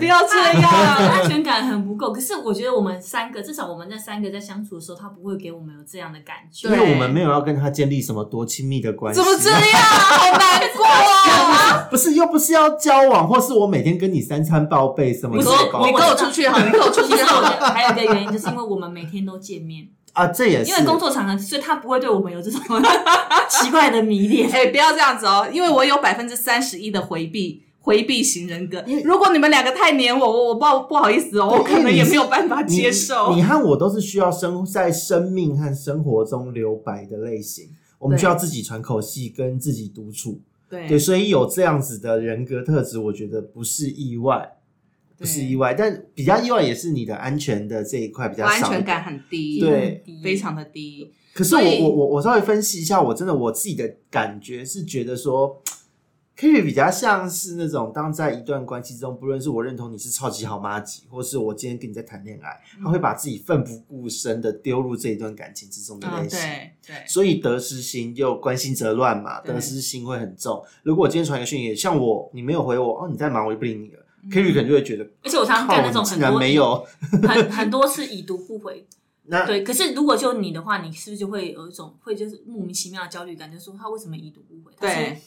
Speaker 1: 不要 这样。
Speaker 4: 安全感很不够。可是我觉得我们三个，至少我们那三个在相处的时候，他不会给我们有这样的感觉。
Speaker 3: 因为我们没有要跟他建立什么多亲密的关系，啊
Speaker 1: 怎么这样？好难过啊！
Speaker 3: 不是又不是要交往，或是我每天跟你三餐报备什么
Speaker 4: 不
Speaker 3: 的
Speaker 4: 是
Speaker 3: 报
Speaker 1: 你
Speaker 3: 备
Speaker 1: 跟我出去好，你跟我出
Speaker 4: 其
Speaker 1: 去
Speaker 4: 实我觉
Speaker 1: 好。
Speaker 4: 得还有一个原因，就是因为我们每天都见 面，
Speaker 3: 啊，这也是
Speaker 4: 因为工作场合，所以他不会对我们有这种奇怪的迷恋。
Speaker 1: 哎、不要这样子哦，因为我有百分之三十一的回避。回避型人格
Speaker 3: 因为，
Speaker 1: 如果你们两个太黏我，我我不不好意思哦，我可能也没有办法
Speaker 3: 你
Speaker 1: 接受。
Speaker 3: 你和我都是需要生在生命和生活中留白的类型，我们
Speaker 1: 对
Speaker 3: 需要自己喘口气，跟自己独处。
Speaker 1: 对
Speaker 3: 对，所以有这样子的人格特质，我觉得不是意外，不是意外，但比较意外也是你的安全的这一块比
Speaker 1: 我
Speaker 3: 较
Speaker 1: 安
Speaker 3: 少。
Speaker 1: 全感。很低，
Speaker 3: 对
Speaker 1: 非常的低。
Speaker 3: 可是
Speaker 1: 所
Speaker 3: 我
Speaker 1: 以
Speaker 3: 我我我稍微分析一下，我真的我自己的感觉是觉得说。k i 比较像是那种，当在一段关系中，不论是我认同你是超级好妈吉，或是我今天跟你在谈恋爱，
Speaker 1: 嗯
Speaker 3: 他会把自己奋不顾身的丢入这一段感情之中的
Speaker 1: 啊，
Speaker 3: 类型。
Speaker 1: 对对，
Speaker 3: 所以得失心又关心则乱嘛，
Speaker 1: 对
Speaker 3: 得失心会很重。如果我今天传一个讯息，像我，你没有回我，哦，你在忙，我就不理你了。
Speaker 1: 嗯
Speaker 3: Kerry 可能就会觉得，
Speaker 4: 而且我常常干那种
Speaker 3: 靠
Speaker 4: 很
Speaker 3: 竟然
Speaker 4: 多
Speaker 3: 没有，
Speaker 4: 很很多次已读不回，
Speaker 3: 那
Speaker 4: 对。可是如果就你的话，你是不是就会有一种会就是莫名其妙的焦虑感，就说他为什么已读不回？他是
Speaker 1: 对，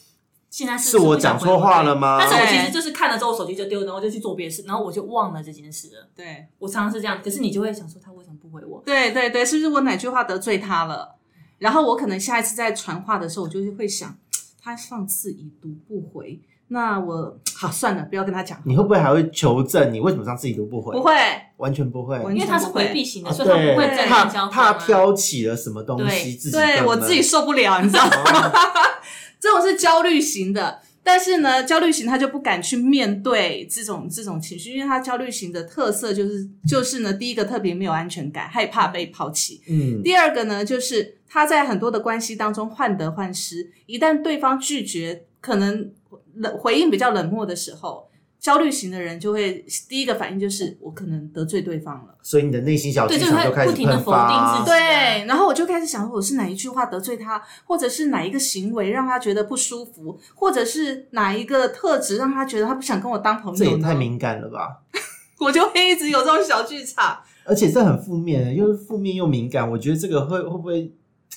Speaker 4: 现在是
Speaker 3: 是我讲错话了吗
Speaker 4: 但是我
Speaker 1: 对
Speaker 4: 其实就是看了之后，我手机就丢了，然后就去做别的事，然后我就忘了这件事了。
Speaker 1: 对，
Speaker 4: 我常常是这样，可是你就会想说他为什么不回我？
Speaker 1: 对，对，对，是不是我哪句话得罪他了？然后我可能下一次在传话的时候，我就会想，他上次已读不回，那我好算了，不要跟他讲。
Speaker 3: 你会不会还会求证你为什么上次你都不回？
Speaker 1: 不，会，
Speaker 3: 完全不会。
Speaker 1: 完
Speaker 4: 因为他是回避型的，所以他
Speaker 3: 啊对
Speaker 4: 不会正
Speaker 3: 怕
Speaker 4: 面交锋啊
Speaker 3: 怕挑起了什么东西，
Speaker 4: 对
Speaker 3: 自己
Speaker 1: 对
Speaker 3: 跟
Speaker 1: 我
Speaker 3: 了
Speaker 1: 自己受不了，你知道吗？
Speaker 3: 哦
Speaker 1: 这种是焦虑型的，但是呢，焦虑型他就不敢去面对这种这种情绪，因为他焦虑型的特色就是就是呢，第一个特别没有安全感，害怕被抛弃；
Speaker 3: 嗯，
Speaker 1: 第二个呢，就是他在很多的关系当中患得患失，一旦对方拒绝，可能冷回应比较冷漠的时候。焦虑型的人就会第一个反应就是我可能得罪对方了，
Speaker 3: 所以你的内心小剧
Speaker 4: 对就
Speaker 3: 场
Speaker 4: 会
Speaker 3: 就开始
Speaker 4: 不停地
Speaker 3: 喷发，
Speaker 4: 否定自己
Speaker 1: 对，然后我就开始想，我是哪一句话得罪他，或者是哪一个行为让他觉得不舒服，或者是哪一个特质让他觉得他不想跟我当朋
Speaker 3: 这
Speaker 1: 友
Speaker 3: 也
Speaker 1: 呢
Speaker 3: 太敏感了吧！
Speaker 1: 我就会一直有这种小剧场。
Speaker 3: 而且这很负面的，又是负面又敏感，我觉得这个会会不会？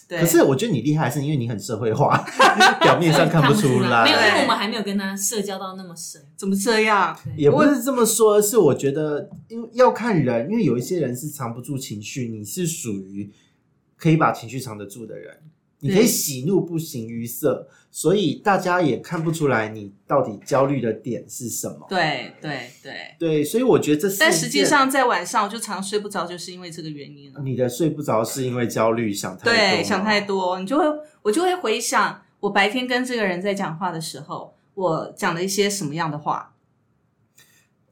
Speaker 1: 对，
Speaker 3: 可是我觉得你厉害，是因为你很社会化， 表面上看
Speaker 4: 不
Speaker 3: 出
Speaker 4: 没有，因
Speaker 1: 对
Speaker 4: 为我们还没有跟他社交到那么深。
Speaker 1: 怎么这样？
Speaker 3: 也不是这么说，是我觉得，因为要看人，因为有一些人是藏不住情绪，你是属于可以把情绪藏得住的人，你可以喜怒不形于色，所以大家也看不出来你到底焦虑的点是什么。
Speaker 1: 对对对，
Speaker 3: 对，所以我觉得这是一件
Speaker 1: 但实际上在晚上我就常睡不着，就是因为这个原因了。
Speaker 3: 你的睡不着是因为焦虑，想太多，
Speaker 1: 对，想太。多，你就会我就会回想我白天跟这个人在讲话的时候，我讲了一些什么样的话。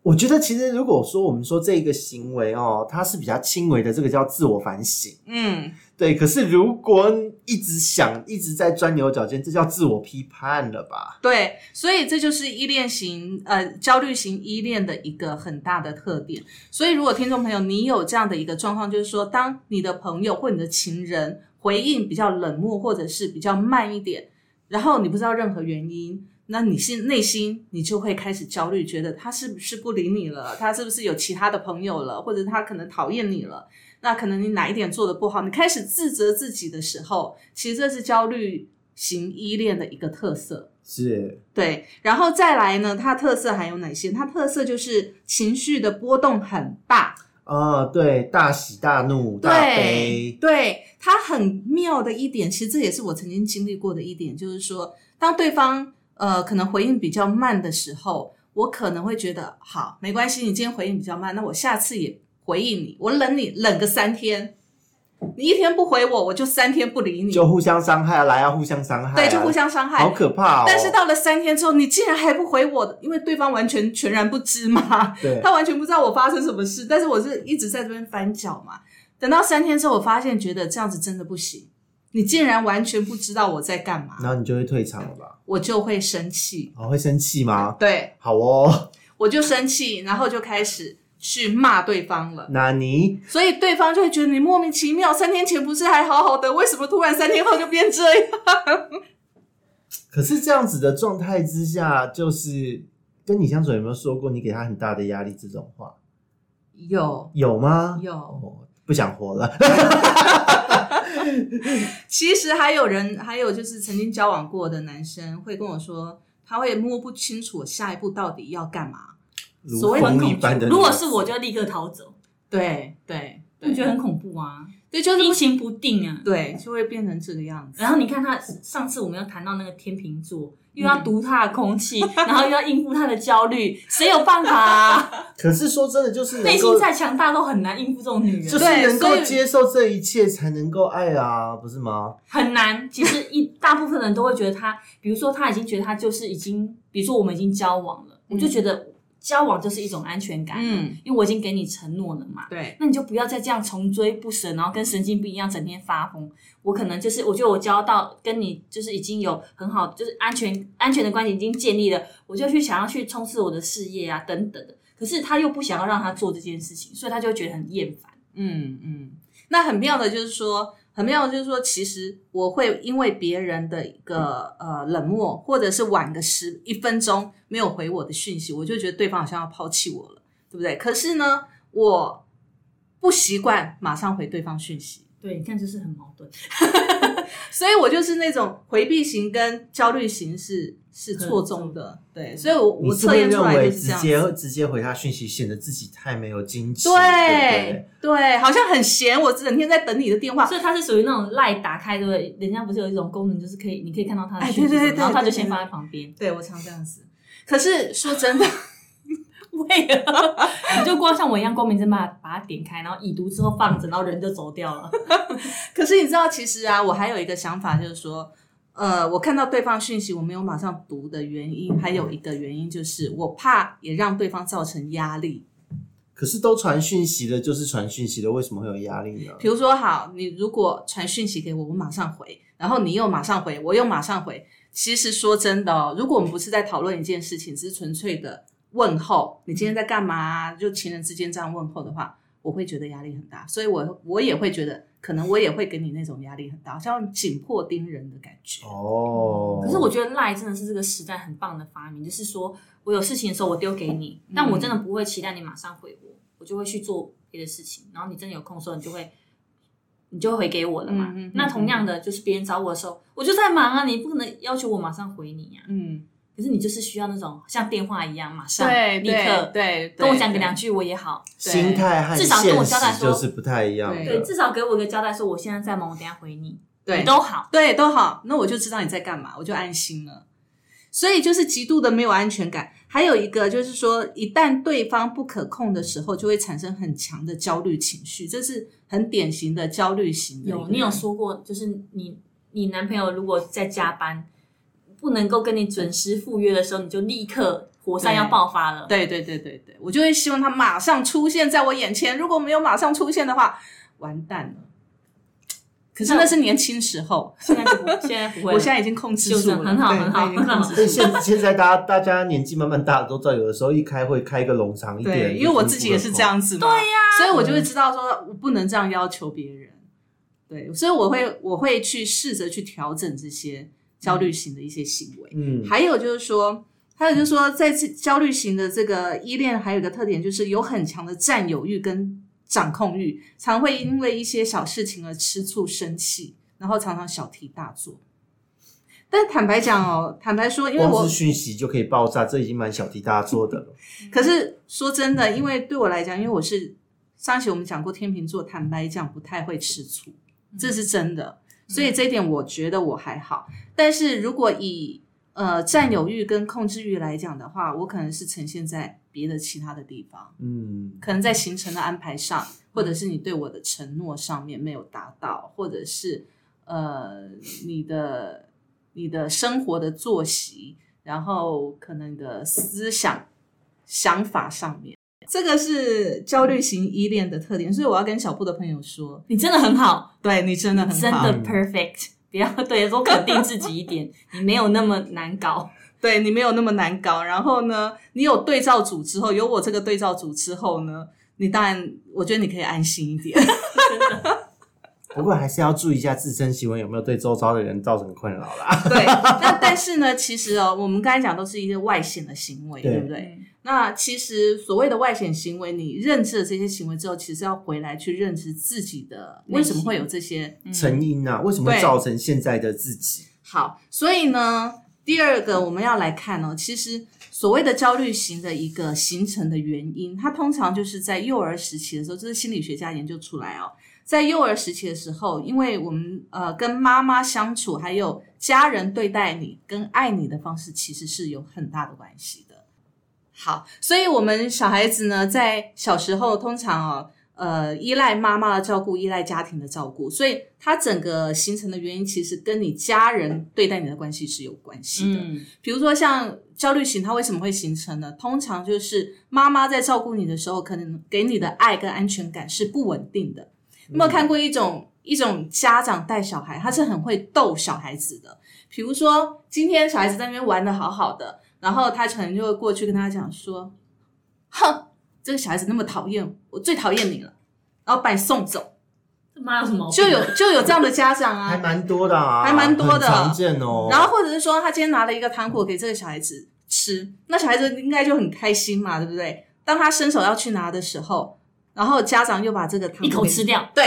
Speaker 3: 我觉得其实如果说我们说这个行为哦，它是比较轻微的，这个叫自我反省。
Speaker 1: 嗯，
Speaker 3: 对，可是如果一直想，一直在钻牛角尖，这叫自我批判了吧？
Speaker 1: 对，所以这就是依恋型呃焦虑型依恋的一个很大的特点。所以如果听众朋友你有这样的一个状况，就是说当你的朋友或你的情人回应比较冷漠或者是比较慢一点，然后你不知道任何原因。那你心内心你就会开始焦虑，觉得他是不是不理你了？他是不是有其他的朋友了？或者他可能讨厌你了？那可能你哪一点做的不好？你开始自责自己的时候，其实这是焦虑型依恋的一个特色。
Speaker 3: 是，
Speaker 1: 对，然后再来呢，它特色还有哪些？它特色就是情绪的波动很大，
Speaker 3: 啊、对，大喜大怒，大悲，
Speaker 1: 对，它很妙的一点，其实这也是我曾经经历过的一点，就是说，当对方呃可能回应比较慢的时候，我可能会觉得好，没关系，你今天回应比较慢，那我下次也回应你，我冷你冷个三天，你一天不回我，我就三天不理你，
Speaker 3: 就互相伤害来啊，互相伤害啊、
Speaker 1: 对，就互相伤害，
Speaker 3: 好可怕哦。
Speaker 1: 但是到了三天之后，你竟然还不回我，因为对方完全全然不知嘛，
Speaker 3: 对
Speaker 1: 他完全不知道我发生什么事，但是我是一直在这边翻搅嘛。等到三天之后，我发现觉得这样子真的不行，你竟然完全不知道我在干嘛，
Speaker 3: 然后你就会退场了吧？
Speaker 1: 我就会生气，
Speaker 3: 哦，会生气吗？
Speaker 1: 对
Speaker 3: 好哦，
Speaker 1: 我就生气，然后就开始去骂对方了，
Speaker 3: 那你
Speaker 1: 所以对方就会觉得你莫名其妙，三天前不是还好好的，为什么突然三天后就变这样？
Speaker 3: 可是这样子的状态之下，就是跟你相处有没有说过你给他很大的压力这种话？
Speaker 1: 有
Speaker 3: 有吗？
Speaker 1: 有。
Speaker 3: 哦，不想活了。
Speaker 1: 其实还有人，还有就是曾经交往过的男生会跟我说，他会摸不清楚我下一步到底要干嘛。所
Speaker 3: 如
Speaker 1: 谓的
Speaker 3: 风一般的，
Speaker 4: 如果是我，就立刻逃走，
Speaker 1: 对对
Speaker 4: 我
Speaker 1: 对，
Speaker 4: 觉得很恐怖啊，
Speaker 1: 对，就是
Speaker 4: 阴
Speaker 1: 不
Speaker 4: 晴不定啊。
Speaker 1: 对，就会变成这个样子。
Speaker 4: 然后你看他上次我们要谈到那个天秤座，又
Speaker 3: 嗯
Speaker 4: 要读他的空气，然后又要应付他的焦虑，谁有办法啊？
Speaker 3: 可是说真的，就是
Speaker 4: 内
Speaker 3: 能
Speaker 4: 心
Speaker 3: 够，
Speaker 4: 再强大都很难应付这种女
Speaker 3: 就是
Speaker 4: 人，
Speaker 1: 对
Speaker 3: 能够
Speaker 1: 所以
Speaker 3: 接受这一切，才能够爱啊，不是吗？
Speaker 4: 很难。其实一大部分人都会觉得他，比如说他已经觉得他就是已经，比如说我们已经交往了，
Speaker 3: 嗯
Speaker 4: 我就觉得交往就是一种安全感，
Speaker 1: 嗯，
Speaker 4: 因为我已经给你承诺了嘛。
Speaker 1: 对
Speaker 4: 那你就不要再这样穷追不舍，然后跟神经病一样整天发疯。我可能就是，我觉得我交到跟你就是已经有很好，就是安全安全的关系已经建立了，我就去想要去冲刺我的事业啊，等等的。可是他又不想要让他做这件事情，所以他就会觉得很厌烦。
Speaker 1: 嗯嗯。那很妙的就是说，很妙，就是说，其实我会因为别人的一个呃冷漠，或者是晚个十一分钟没有回我的讯息，我就觉得对方好像要抛弃我了，对不对？可是呢，我不习惯马上回对方讯息，
Speaker 4: 对，你看就是很矛盾，
Speaker 1: 所以我就是那种回避型跟焦虑型是是错综的，对，所以我
Speaker 3: 你
Speaker 1: 我
Speaker 3: 是
Speaker 1: 测
Speaker 3: 会
Speaker 1: 验出
Speaker 3: 认
Speaker 1: 来
Speaker 3: 为
Speaker 1: 就是这
Speaker 3: 直
Speaker 1: 样
Speaker 3: 接
Speaker 1: 子。
Speaker 3: 直接回他讯息，显得自己太没有矜持，对不
Speaker 1: 对
Speaker 3: 对？
Speaker 1: 对，好像很闲，我整天在等你的电话。
Speaker 4: 所以它是属于那种赖打开，对不对？人家不是有一种功能，就是可以，你可以看到他的
Speaker 1: 哎
Speaker 4: 讯息
Speaker 1: 对对
Speaker 4: 什么然后
Speaker 1: 对
Speaker 4: 他就
Speaker 1: 对
Speaker 4: 先
Speaker 1: 对
Speaker 4: 放在旁边。
Speaker 1: 对我常这样子。可是说真的，
Speaker 4: 为了你啊 就光像我一样光明正大把它点开，然后已读之后放着，然后人就走掉了。
Speaker 1: 可是你知道，其实啊，我还有一个想法，就是说，呃，我看到对方讯息，我没有马上读的原因，还有一个原因就是我怕也让对方造成压力。
Speaker 3: 可是都传讯息的，就是传讯息的，为什么会有压力呢？
Speaker 1: 比如说，好，你如果传讯息给我，我马上回，然后你又马上回，我又马上回。其实说真的哦，如果我们不是在讨论一件事情，只是纯粹的问候，你今天在干嘛啊、就情人之间这样问候的话，我会觉得压力很大，所以我我也会觉得，可能我也会给你那种压力很大，好像紧迫盯人的感觉。
Speaker 3: 哦，
Speaker 4: 可是我觉得赖真的是这个时代很棒的发明，就是说我有事情的时候我丢给你，
Speaker 1: 嗯
Speaker 4: 但我真的不会期待你马上回我，我就会去做别的事情。然后你真的有空的时候，你就会你就会回给我了嘛。
Speaker 1: 嗯嗯嗯
Speaker 4: 那同样的，就是别人找我的时候，我就在忙啊，你不可能要求我马上回你呀、啊
Speaker 1: 嗯，
Speaker 4: 可是你就是需要那种像电话一样，马上
Speaker 1: 对，
Speaker 4: 立刻
Speaker 1: 对，
Speaker 4: 跟我讲个两句我也好。
Speaker 1: 对
Speaker 3: 心态和
Speaker 4: 至少跟我
Speaker 3: 现
Speaker 4: 交代
Speaker 3: 实
Speaker 4: 说
Speaker 3: 就是不太一样的。
Speaker 4: 对，至少给我一个交代，说我现在在忙，我等一下回你，
Speaker 1: 对
Speaker 4: 你都好。
Speaker 1: 对都好，那我就知道你在干嘛，我就安心了。所以就是极度的没有安全感，还有一个就是说，一旦对方不可控的时候，就会产生很强的焦虑情绪，这是很典型的焦虑型的一个
Speaker 4: 有，
Speaker 1: 人。
Speaker 4: 你有说过，就是你你男朋友如果在加班，不能够跟你准时赴约的时候，你就立刻火山要爆发了。
Speaker 1: 对对对对对，我就会希望他马上出现在我眼前，如果没有马上出现的话，完蛋了。可是那是年轻时候，
Speaker 4: 现在就不，现在不会了。
Speaker 1: 我现在已经控制
Speaker 4: 就
Speaker 1: 住
Speaker 4: 是
Speaker 1: 了，
Speaker 4: 很好
Speaker 1: 对
Speaker 4: 很好
Speaker 1: 我已经控制
Speaker 3: 所以现现在大家大家年纪慢慢大了，都知道有的时候一开会开个冗长一
Speaker 1: 对，
Speaker 3: 点，
Speaker 1: 因为我自己也是这样子嘛，对呀、所以我就会知道说，我不能这样要求别人，对，所以我会我会去试着去调整这些焦虑型的一些行为。
Speaker 3: 嗯，
Speaker 1: 还有就是说，还有就是说，在这焦虑型的这个依恋，还有一个特点就是有很强的占有欲跟掌控欲，常会因为一些小事情而吃醋生气，然后常常小题大做。但坦白讲哦，坦白说，因为我
Speaker 3: 光是讯息就可以爆炸，这已经蛮小题大做的了。
Speaker 1: 可是说真的，因为对我来讲，因为我是上一期我们讲过天秤座，坦白讲不太会吃醋，这是真的。所以这一点我觉得我还好。但是如果以呃占有欲跟控制欲来讲的话，我可能是呈现在别的其他的地方，
Speaker 3: 嗯，
Speaker 1: 可能在行程的安排上，
Speaker 4: 嗯
Speaker 1: 或者是你对我的承诺上面没有达到，或者是呃你的你的生活的作息，然后可能你的思想想法上面，这个是焦虑型依恋的特点。所以我要跟小布的朋友说，
Speaker 4: 你真的很好，
Speaker 1: 对你真的很好，
Speaker 4: 真的 perfect。不要对多肯定自己一点，你没有那么难搞。
Speaker 1: 对你没有那么难搞。然后呢，你有对照组之后，有我这个对照组之后呢，你当然我觉得你可以安心一点。
Speaker 3: 不过还是要注意一下自身行为有没有对周遭的人造成困扰啦。
Speaker 1: 对，那但是呢，其实哦，我们刚才讲都是一些外显的行为，
Speaker 3: 对
Speaker 1: 对不对？那其实所谓的外显行为，你认知了这些行为之后，其实要回来去认知自己的为什么会有这些
Speaker 3: 成因啊，为什么会
Speaker 1: 嗯对
Speaker 3: 造成现在的自己？
Speaker 1: 好，所以呢，第二个我们要来看哦，其实所谓的焦虑型的一个形成的原因，它通常就是在幼儿时期的时候，这是心理学家研究出来哦，在幼儿时期的时候，因为我们呃跟妈妈相处，还有家人对待你跟爱你的方式，其实是有很大的关系的。好，所以我们小孩子呢，在小时候通常哦，呃，依赖妈妈的照顾，依赖家庭的照顾，所以它整个形成的原因，其实跟你家人对待你的关系 是有关系的。
Speaker 4: 嗯，
Speaker 1: 比如说像焦虑型，它为什么会形成呢？通常就是妈妈在照顾你的时候，可能给你的爱跟安全感是不稳定的。有没有看过一种一种家长带小孩，他是很会逗小孩子的？比如说今天小孩子在那边玩的好好的，然后他可能就会过去跟他讲说：“哼，这个小孩子那么讨厌，我最讨厌你了。”然后把你送走。
Speaker 4: 这妈有什么毛病？啊
Speaker 1: 就有就有这样的家长
Speaker 3: 还
Speaker 1: 啊。
Speaker 3: 蛮多的啊，
Speaker 1: 还蛮多的
Speaker 3: 很常见哦。
Speaker 1: 然后或者是说，他今天拿了一个糖果给这个小孩子吃，那小孩子应该就很开心嘛，对不对？当他伸手要去拿的时候，然后家长又把这个糖果
Speaker 4: 一口
Speaker 1: 给
Speaker 4: 吃掉，
Speaker 1: 对，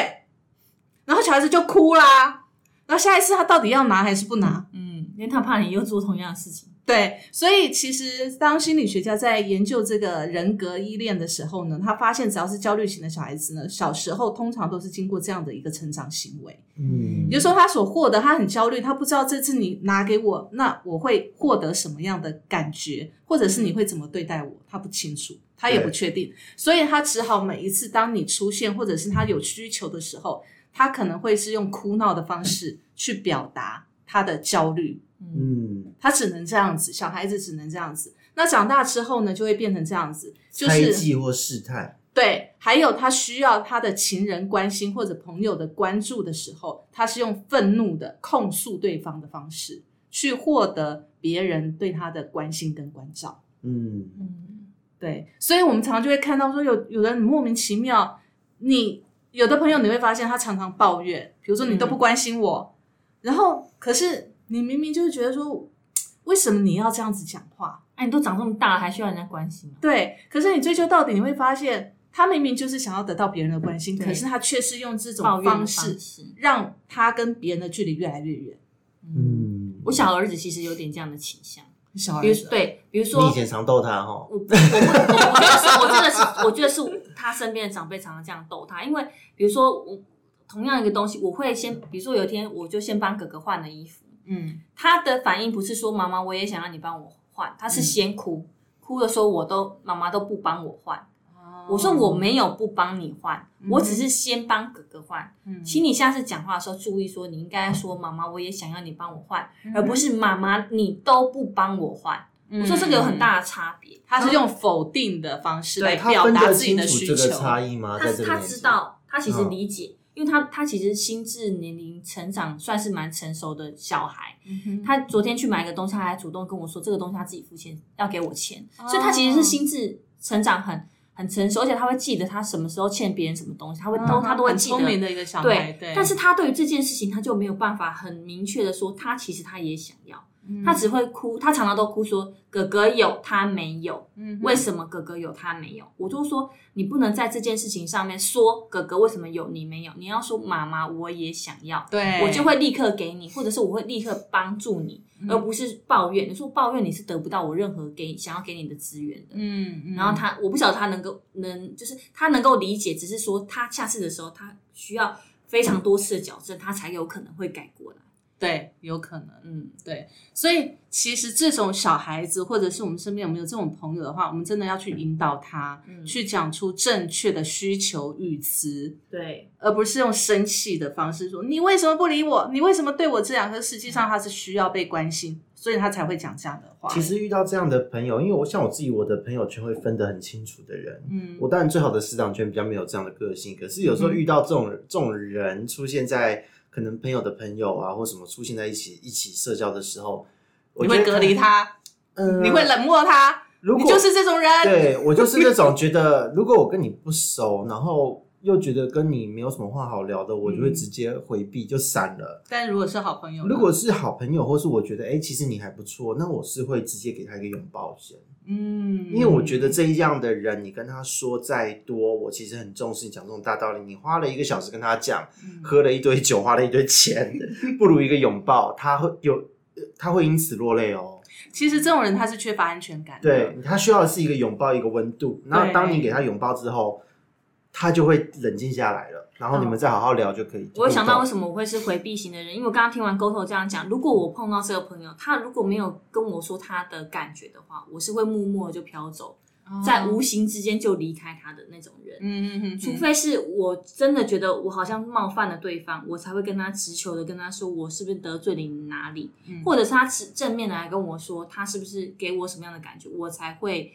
Speaker 1: 然后小孩子就哭啦。然后下一次他到底要拿还是不拿？
Speaker 4: 嗯，因为他怕你又做同样的事情。
Speaker 1: 对，所以其实当心理学家在研究这个人格依恋的时候呢，他发现只要是焦虑型的小孩子呢，小时候通常都是经过这样的一个成长行为。
Speaker 3: 嗯
Speaker 1: 也就是说，他所获得，他很焦虑，他不知道这次你拿给我，那我会获得什么样的感觉，或者是你会怎么对待我，他不清楚，他也不确定，所以他只好每一次当你出现，或者是他有需求的时候，他可能会是用哭闹的方式去表达他的焦虑，
Speaker 4: 嗯，
Speaker 3: 嗯，
Speaker 1: 他只能这样子，小孩子只能这样子。那长大之后呢，就会变成这样子，就
Speaker 3: 猜
Speaker 1: 是
Speaker 3: 忌或试探，
Speaker 1: 对，还有他需要他的情人关心或者朋友的关注的时候，他是用愤怒的控诉对方的方式去获得别人对他的关心跟关照。
Speaker 3: 嗯，
Speaker 4: 嗯，
Speaker 1: 对，所以我们常常就会看到说有有人莫名其妙，你有的朋友你会发现他常常抱怨，比如说你都不关心我，然后可是你明明就是觉得说，为什么你要这样子讲话？
Speaker 4: 哎，你都长这么大了，还需要人家关心吗？
Speaker 1: 对，可是你追究到底，你会发现他明明就是想要得到别人的关心，
Speaker 4: 对
Speaker 1: 可是他却是用这种
Speaker 4: 抱怨的
Speaker 1: 方
Speaker 4: 方
Speaker 1: 式
Speaker 4: 式，
Speaker 1: 让他跟别人的距离越来越远。
Speaker 4: 嗯，
Speaker 3: 嗯，
Speaker 4: 我小儿子其实有点这样的倾向，
Speaker 1: 小
Speaker 4: 比
Speaker 1: 孩
Speaker 4: 如
Speaker 1: 子，啊
Speaker 4: 对，比如说
Speaker 3: 你以前常逗他哈，
Speaker 4: 我我不我我觉得是，我真的是，我觉得是他身边的长辈常常这样逗他，因为比如说我同样一个东西，我会先，比如说有一天我就先帮哥哥换了衣服，
Speaker 1: 嗯，
Speaker 4: 他的反应不是说妈妈我也想让你帮我换，
Speaker 1: 嗯
Speaker 4: 他是先哭，哭的说我都妈妈都不帮我换，哦我
Speaker 1: 哦
Speaker 4: 说我没有不帮你换，我只是先帮哥哥换，
Speaker 1: 嗯，
Speaker 4: 请你下次讲话的时候注意说你应该说妈妈我也想要你帮我换，
Speaker 1: 嗯
Speaker 4: 而不是妈妈你都不帮我换，我说这个有
Speaker 1: 嗯
Speaker 4: 很，大的差别，
Speaker 1: 他
Speaker 4: 然后
Speaker 1: 是用否定的方式来
Speaker 4: 对
Speaker 1: 表
Speaker 3: 分
Speaker 1: 达
Speaker 3: 得
Speaker 1: 自己
Speaker 3: 清
Speaker 1: 的
Speaker 3: 楚
Speaker 1: 需
Speaker 3: 这
Speaker 1: 求。
Speaker 3: 个差异吗？
Speaker 4: 他
Speaker 3: 在这个
Speaker 4: 他
Speaker 3: 年纪
Speaker 4: 知，道，他其实
Speaker 3: 嗯
Speaker 4: 理解，因为他他其实心智年龄成长算是蛮成熟的小孩。
Speaker 1: 嗯哼
Speaker 4: 他昨天去买一个东西，他还主动跟我说这个东西他自己付钱，要给我钱，
Speaker 1: 哦
Speaker 4: 所以他其实是心智成长很很成熟，而且他会记得他什么时候欠别人什么东西，他会都、他都
Speaker 1: 嗯哦
Speaker 4: 会
Speaker 1: 很
Speaker 4: 记
Speaker 1: 聪明
Speaker 4: 得。
Speaker 1: 的一个小孩，
Speaker 4: 对
Speaker 1: 对，，
Speaker 4: 但是他对于这件事情，他就没有办法很明确的说，他其实他也想要，
Speaker 1: 嗯
Speaker 4: 他只会哭，他常常都哭说哥哥有，他没有，
Speaker 1: 嗯哼
Speaker 4: 为什么哥哥有他没有？我就说你不能在这件事情上面说哥哥为什么有你没有，你要说妈妈我也想要，
Speaker 1: 对，
Speaker 4: 我就会立刻给你，或者是我会立刻帮助你，
Speaker 1: 嗯
Speaker 4: 而不是抱怨。你说抱怨你是得不到我任何给想要给你的资源的。
Speaker 1: 嗯，嗯
Speaker 4: 然后他，我不晓得他能够能，就是他能够理解，只是说他下次的时候，他需要非常多次的矫正，他才有可能会改过来。
Speaker 1: 对有可能。
Speaker 4: 嗯，
Speaker 1: 对，所以其实这种小孩子，或者是我们身边有没有这种朋友的话，我们真的要去引导他，
Speaker 4: 嗯
Speaker 1: 去讲出正确的需求语词，
Speaker 4: 对，
Speaker 1: 而不是用生气的方式说“你为什么不理我？你为什么对我这样？”可是实际上他是需要被关心，所以他才会讲这样的话。
Speaker 3: 其，实遇到这样的朋友，因为我像我自己，我的朋友圈会分得很清楚的人，
Speaker 1: 嗯
Speaker 3: 我当然最好的师长圈比较没有这样的个性，可是有时候遇到这种、这种人出现在可能朋友的朋友啊，或什么出现在一起一起社交的时候，我
Speaker 1: 你
Speaker 3: 觉
Speaker 1: 会
Speaker 3: 得
Speaker 1: 隔离，他，
Speaker 3: 嗯、
Speaker 1: 你会冷漠他，
Speaker 3: 如
Speaker 1: 你
Speaker 3: 果
Speaker 1: 就是这种人。
Speaker 3: 对我就是那种觉得，如果我跟你不熟，然后又觉得跟你没有什么话好聊的，我就会
Speaker 1: 嗯
Speaker 3: 直接回避就闪了。
Speaker 1: 但如果是好朋友呢，
Speaker 3: 如果是好朋友，或是我觉得哎、诶其实你还不错，那我是会直接给他一个拥抱先，
Speaker 1: 嗯，
Speaker 3: 因为我觉得这样的人，你跟他说再多，我其实很重视你讲这种大道理。你花了一个小时跟他讲，
Speaker 1: 嗯
Speaker 3: 喝了一堆酒，花了一堆钱，不如一个拥抱，他会有，呃他会因此落泪哦。
Speaker 1: 其实这种人他是缺乏安全感的。
Speaker 3: 对，
Speaker 4: 嗯
Speaker 3: 他需要的是一个拥抱，一个温度。那当你给他拥抱之后，他就会冷静下来了，然后你们再好好聊就可以。
Speaker 4: 嗯我有想到为
Speaker 3: 互
Speaker 4: 什么我会是回避型的人，因为我刚刚听完 g o t o 这样讲，如果我碰到这个朋友，他如果没有跟我说他的感觉的话，我是会默默地就飘走，
Speaker 1: 哦，
Speaker 4: 在无形之间就离开他的那种人。
Speaker 1: 嗯嗯嗯，
Speaker 4: 除非是我真的觉得我好像冒犯了对方，我才会跟他直球的跟他说我是不是得罪你哪里，
Speaker 1: 嗯
Speaker 4: 或者是他直正面的来跟我说他是不是给我什么样的感觉，我才会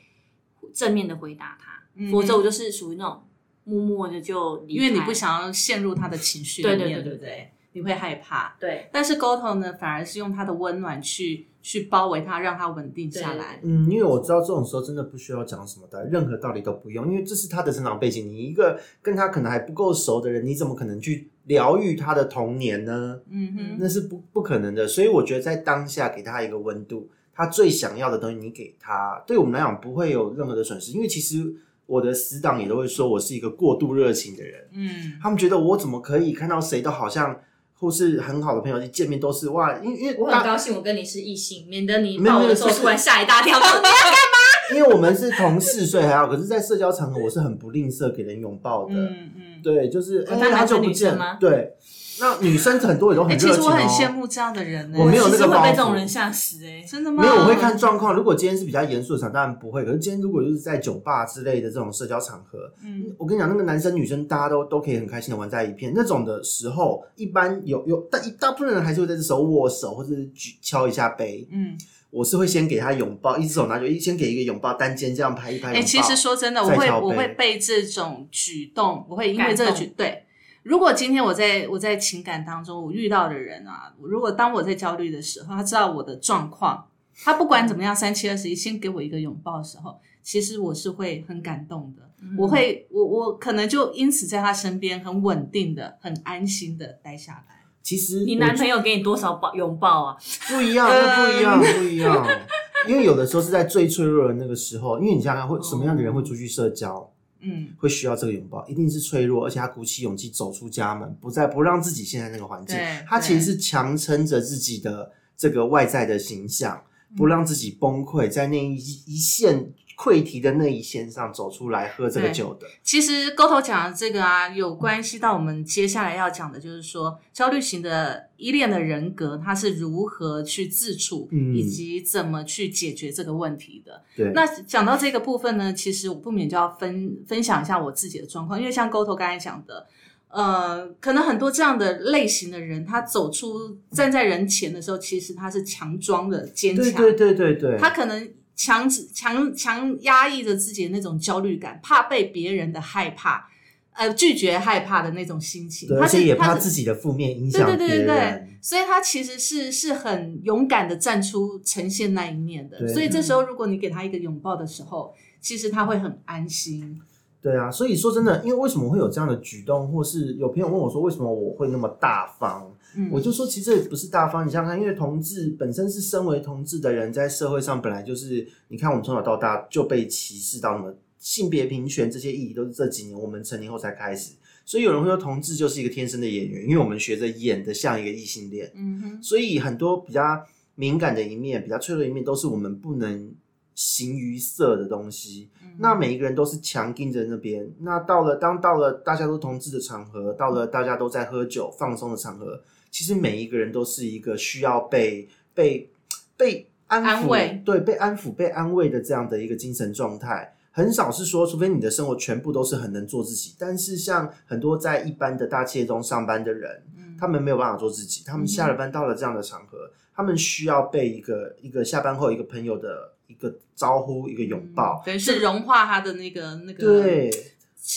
Speaker 4: 正面的回答
Speaker 1: 嗯
Speaker 4: 他，否则我就是属于那种默默的就离
Speaker 1: 因
Speaker 4: 开，
Speaker 1: 为你不想要陷入他的情绪里
Speaker 4: 对
Speaker 1: 面，
Speaker 4: 对
Speaker 1: 对
Speaker 4: 对
Speaker 1: 不对？你会害怕。
Speaker 4: 对
Speaker 1: 但是沟通呢，反而是用他的温暖去去包围它，让它稳定下来。
Speaker 3: 嗯，因为我知道这种时候真的不需要讲什么的，任何道理都不用，因为这是他的成长背景。你一个跟他可能还不够熟的人，你怎么可能去疗愈他的童年呢？
Speaker 1: 嗯哼，
Speaker 3: 那是不不可能的。所以我觉得在当下给他一个温度，他最想要的东西你给他，对我们来讲不会有任何的损失。因为其实我的死党也都会说我是一个过度热情的人，
Speaker 1: 嗯，
Speaker 3: 他们觉得我怎么可以看到谁都好像或是很好的朋友一见面都是哇，因为因为
Speaker 5: 我
Speaker 3: 大
Speaker 5: 很高兴我跟你是异性，免得你
Speaker 3: 没有
Speaker 5: 抱我的时候
Speaker 3: 没有
Speaker 5: 突然吓一大跳。 说你要干嘛？
Speaker 3: 因为我们是同事，所以还好。可是，在社交场合，我是很不吝啬给人拥抱的。
Speaker 1: 嗯嗯。
Speaker 3: 对，就是哎，
Speaker 4: 那男生
Speaker 3: 好久不
Speaker 4: 女
Speaker 3: 见
Speaker 4: 生吗
Speaker 3: 对，那女生很多也都很
Speaker 1: 哎，其
Speaker 3: 热
Speaker 1: 实
Speaker 3: 情、哦
Speaker 1: 我很羡。慕这样的人呢。
Speaker 3: 我没有
Speaker 4: 其
Speaker 3: 那
Speaker 4: 实
Speaker 3: 个
Speaker 4: 会
Speaker 3: 包
Speaker 4: 被
Speaker 3: 袱
Speaker 4: 这种人吓死哎、
Speaker 1: 真的吗？
Speaker 3: 没有，我会看状况。如果今天是比较严肃的场，当然不会。可是今天如果就是在酒吧之类的这种社交场合，
Speaker 1: 嗯。
Speaker 3: 我跟你讲，那个男生女生大家都都可以很开心的玩在一片。那种的时候，一般有有，但一大部分人还是会在这时候握手或者是举敲一下杯。
Speaker 1: 嗯，
Speaker 3: 我是会先给他拥抱，一只手拿着，一先给一个拥抱，单肩这样拍一拍。
Speaker 1: 哎、
Speaker 3: 拥抱
Speaker 1: 其实说真的，我
Speaker 3: 再
Speaker 1: 会
Speaker 3: 敲
Speaker 1: 我
Speaker 3: 杯
Speaker 1: 会被这种举动，我会因为
Speaker 5: 感
Speaker 1: 这个
Speaker 5: 动
Speaker 1: 举对。如果今天我在我在情感当中，我遇到的人啊，如果当我在焦虑的时候，他知道我的状况，他不管怎么样，三七二十一，先给我一个拥抱的时候，其实我是会很感动的。
Speaker 5: 嗯
Speaker 3: 嗯
Speaker 1: 我会我我可能就因此在他身边很稳定的、很安心的待下来。
Speaker 3: 其实
Speaker 4: 你
Speaker 3: 我
Speaker 4: 男朋友给你多少抱拥抱啊？
Speaker 3: 不一样，
Speaker 1: 嗯
Speaker 3: 那不一样，不一样。因为有的时候是在最脆弱的那个时候，因为你想想看，会什么样的人会出去社交，
Speaker 1: 嗯，
Speaker 3: 会需要这个拥抱，一定是脆弱，而且他鼓起勇气走出家门，不再不让自己现在那个环境
Speaker 1: 对，
Speaker 3: 他其实是强撑着自己的这个外在的形象，
Speaker 1: 嗯
Speaker 3: 不让自己崩溃，在那一一线溃堤的那一线上走出来喝这个酒的。
Speaker 1: 其实沟头讲的这个啊，有关系到我们接下来要讲的，就是说焦虑型的依恋的人格，他是如何去自处，
Speaker 3: 嗯
Speaker 1: 以及怎么去解决这个问题的。
Speaker 3: 对，
Speaker 1: 那讲到这个部分呢，其实我不免就要分分享一下我自己的状况，因为像沟头刚才讲的，呃，可能很多这样的类型的人，他走出站在人前的时候，其实他是强装的坚强，
Speaker 3: 对对对对对，
Speaker 1: 他可能强制强强压抑着自己的那种焦虑感，怕被别人的害怕，呃，拒绝害怕的那种心情。
Speaker 3: 对
Speaker 1: 他
Speaker 3: 而且
Speaker 1: 是
Speaker 3: 也
Speaker 1: 他
Speaker 3: 怕
Speaker 1: 是
Speaker 3: 自己的负面影
Speaker 1: 对
Speaker 3: 响
Speaker 1: 对
Speaker 3: 别人。
Speaker 1: 对对对，所以他其实是是很勇敢的站出呈现那一面的。
Speaker 3: 对
Speaker 1: 所以这时候，如果你给他一个拥抱的时候，其实他会很安心。
Speaker 3: 对啊，所以说真的，因为为什么会有这样的举动，或是有朋友问我说为什么我会那么大方，
Speaker 1: 嗯，
Speaker 3: 我就说其实也不是大方，你想想看，因为同志本身是身为同志的人，在社会上本来就是，你看我们从小到大就被歧视到什么性别平权这些议题都是这几年我们成年后才开始，所以有人会说同志就是一个天生的演员，因为我们学着演的像一个异性恋，
Speaker 1: 嗯哼，
Speaker 3: 所以很多比较敏感的一面、比较脆弱的一面，都是我们不能形于色的东西。
Speaker 1: 嗯
Speaker 3: 那每一个人都是强硬在那边。那到了当到了大家都同志的场合，到了大家都在喝酒放松的场合，其实每一个人都是一个需要被被被安抚
Speaker 1: 安慰
Speaker 3: 对，被安抚、被安慰的这样的一个精神状态。很少是说，除非你的生活全部都是很能做自己。但是像很多在一般的大企业中上班的人，
Speaker 1: 嗯
Speaker 3: 他们没有办法做自己，他们下了班到了这样的场合，他们需要被一个一个下班后一个朋友的一个招呼，一个拥抱
Speaker 1: 嗯。等于是融化他的那个那个
Speaker 3: 对，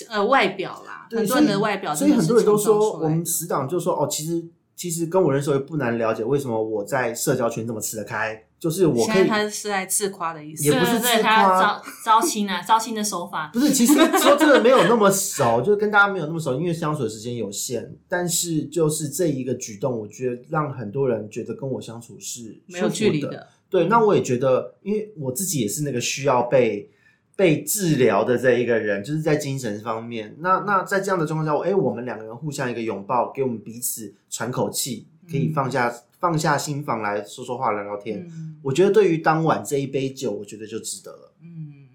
Speaker 1: 呃外表啦，嗯
Speaker 3: 对
Speaker 1: 很多人
Speaker 3: 所
Speaker 1: 的
Speaker 3: 以
Speaker 1: 外表
Speaker 3: 所
Speaker 1: 真
Speaker 3: 以
Speaker 1: 的
Speaker 3: 很
Speaker 1: 是
Speaker 3: 多人都
Speaker 1: 强装
Speaker 3: 说，
Speaker 1: 出来
Speaker 3: 我们
Speaker 1: 的
Speaker 3: 死党就说哦，其实其实跟我认识的时候也不难了解为什么我在社交圈这么吃得开，就是我可
Speaker 1: 现在
Speaker 3: 以
Speaker 1: 他是在自夸的意思，
Speaker 3: 也不是
Speaker 4: 对对
Speaker 3: 自
Speaker 4: 对，他
Speaker 3: 夸
Speaker 4: 招招亲啊， 招亲的手法
Speaker 3: 不是，其实说真的没有那么熟， 就是跟大家没有那么熟，因为相处的时间有限。但是就是这一个举动，我觉得让很多人觉得跟我相处是
Speaker 1: 没有
Speaker 3: 舒服
Speaker 1: 距离
Speaker 3: 的。
Speaker 1: 的。
Speaker 3: 对，
Speaker 1: 嗯
Speaker 3: 那我也觉得，因为我自己也是那个需要被被治疗的这一个人，就是在精神方面。那那在这样的状况下，我哎、我们两个人互相一个拥抱，给我们彼此喘口气，可以
Speaker 1: 嗯
Speaker 3: 放下、放下心房来说说话、聊聊天。
Speaker 1: 嗯
Speaker 3: 我觉得对于当晚这一杯酒，我觉得就值得了。
Speaker 1: 嗯，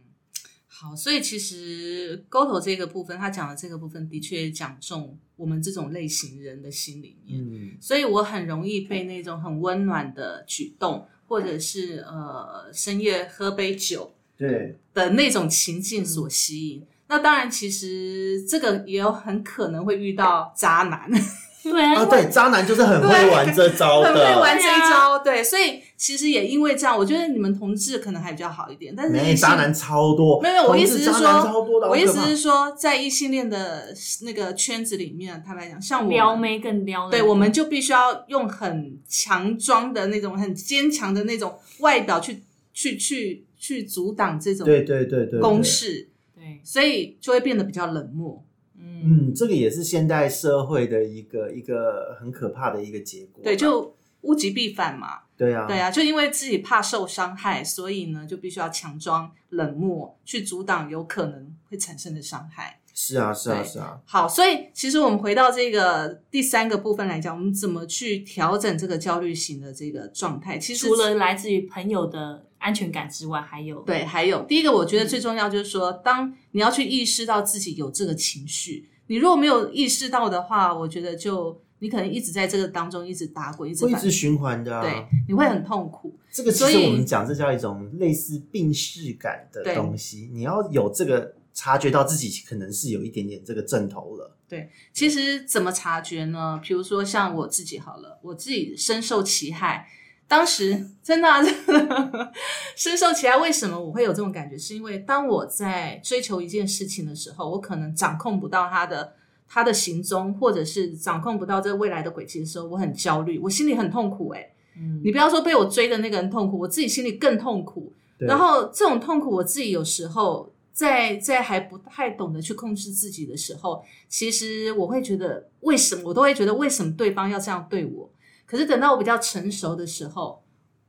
Speaker 1: 好，所以其实沟头这个部分，他讲的这个部分的确讲中我们这种类型人的心里面，
Speaker 3: 嗯。
Speaker 1: 所以我很容易被那种很温暖的举动，或者是呃深夜喝杯酒
Speaker 3: 对，
Speaker 1: 的那种情境所吸引。那当然，其实这个也有很可能会遇到渣男，
Speaker 4: 对
Speaker 3: 啊，
Speaker 4: 啊，因为
Speaker 3: 对，渣男就是很会玩这招
Speaker 1: 很 会玩
Speaker 3: 的，
Speaker 1: 这一招， 对，所以其实也因为这样，我觉得你们同志可能还比较好一点，但是
Speaker 3: 没
Speaker 1: 异性
Speaker 3: 渣男超多，
Speaker 1: 没有没有我
Speaker 3: 同
Speaker 1: 意
Speaker 3: 志
Speaker 1: 思是
Speaker 3: 渣
Speaker 1: 说
Speaker 3: 男超多的，
Speaker 1: 我
Speaker 3: 好
Speaker 1: 意
Speaker 3: 可
Speaker 1: 思
Speaker 3: 怕
Speaker 1: 是说，在异性恋的那个圈子里面，坦白讲，像我
Speaker 4: 撩
Speaker 1: 们
Speaker 4: 妹嗯更撩人，
Speaker 1: 对，我们就必须要用很强装的那种、很坚强的那种外表去去去去阻挡这种
Speaker 3: 对对对对对
Speaker 1: 攻势，
Speaker 4: 对，
Speaker 1: 所以就会变得比较冷漠。
Speaker 4: 嗯，
Speaker 3: 嗯，这个也是现代社会的一个一个很可怕的一个结果吧。
Speaker 1: 对，就物极必反嘛。
Speaker 3: 对啊，
Speaker 1: 对啊，就因为自己怕受伤害，所以呢，就必须要强装冷漠，去阻挡有可能会产生的伤害。
Speaker 3: 是啊，是啊，
Speaker 1: 对
Speaker 3: 是啊，
Speaker 1: 好，所以其实我们回到这个第三个部分来讲，我们怎么去调整这个焦虑型的这个状态？其实
Speaker 4: 除了来自于朋友的安全感之外，还有
Speaker 1: 对，还有第一个，我觉得最重要就是说，当你要去意识到自己有这个情绪，你如果没有意识到的话，我觉得就你可能一直在这个当中一直打滚，一直
Speaker 3: 会一
Speaker 1: 反
Speaker 3: 直循环的、啊。
Speaker 1: 对，，你会很痛苦。
Speaker 3: 这个其
Speaker 1: 所
Speaker 3: 实
Speaker 1: 以
Speaker 3: 我们讲，这叫一种类似病视感的
Speaker 1: 对
Speaker 3: 东西。你要有这个察觉到自己可能是有一点点这个症头了。
Speaker 1: 其实怎么察觉呢？比如说像我自己好了，我自己深受其害。当时真的啊、真的深受其害，为什么我会有这种感觉？是因为当我在追求一件事情的时候，我可能掌控不到它的它的行踪，或者是掌控不到这未来的轨迹的时候，我很焦虑，我心里很痛苦、欸。
Speaker 4: 嗯
Speaker 1: 你不要说被我追的那个人痛苦，我自己心里更痛苦。
Speaker 3: 对
Speaker 1: 然后这种痛苦，我自己有时候在在还不太懂得去控制自己的时候，其实我会觉得为什么我都会觉得为什么对方要这样对我。可是等到我比较成熟的时候，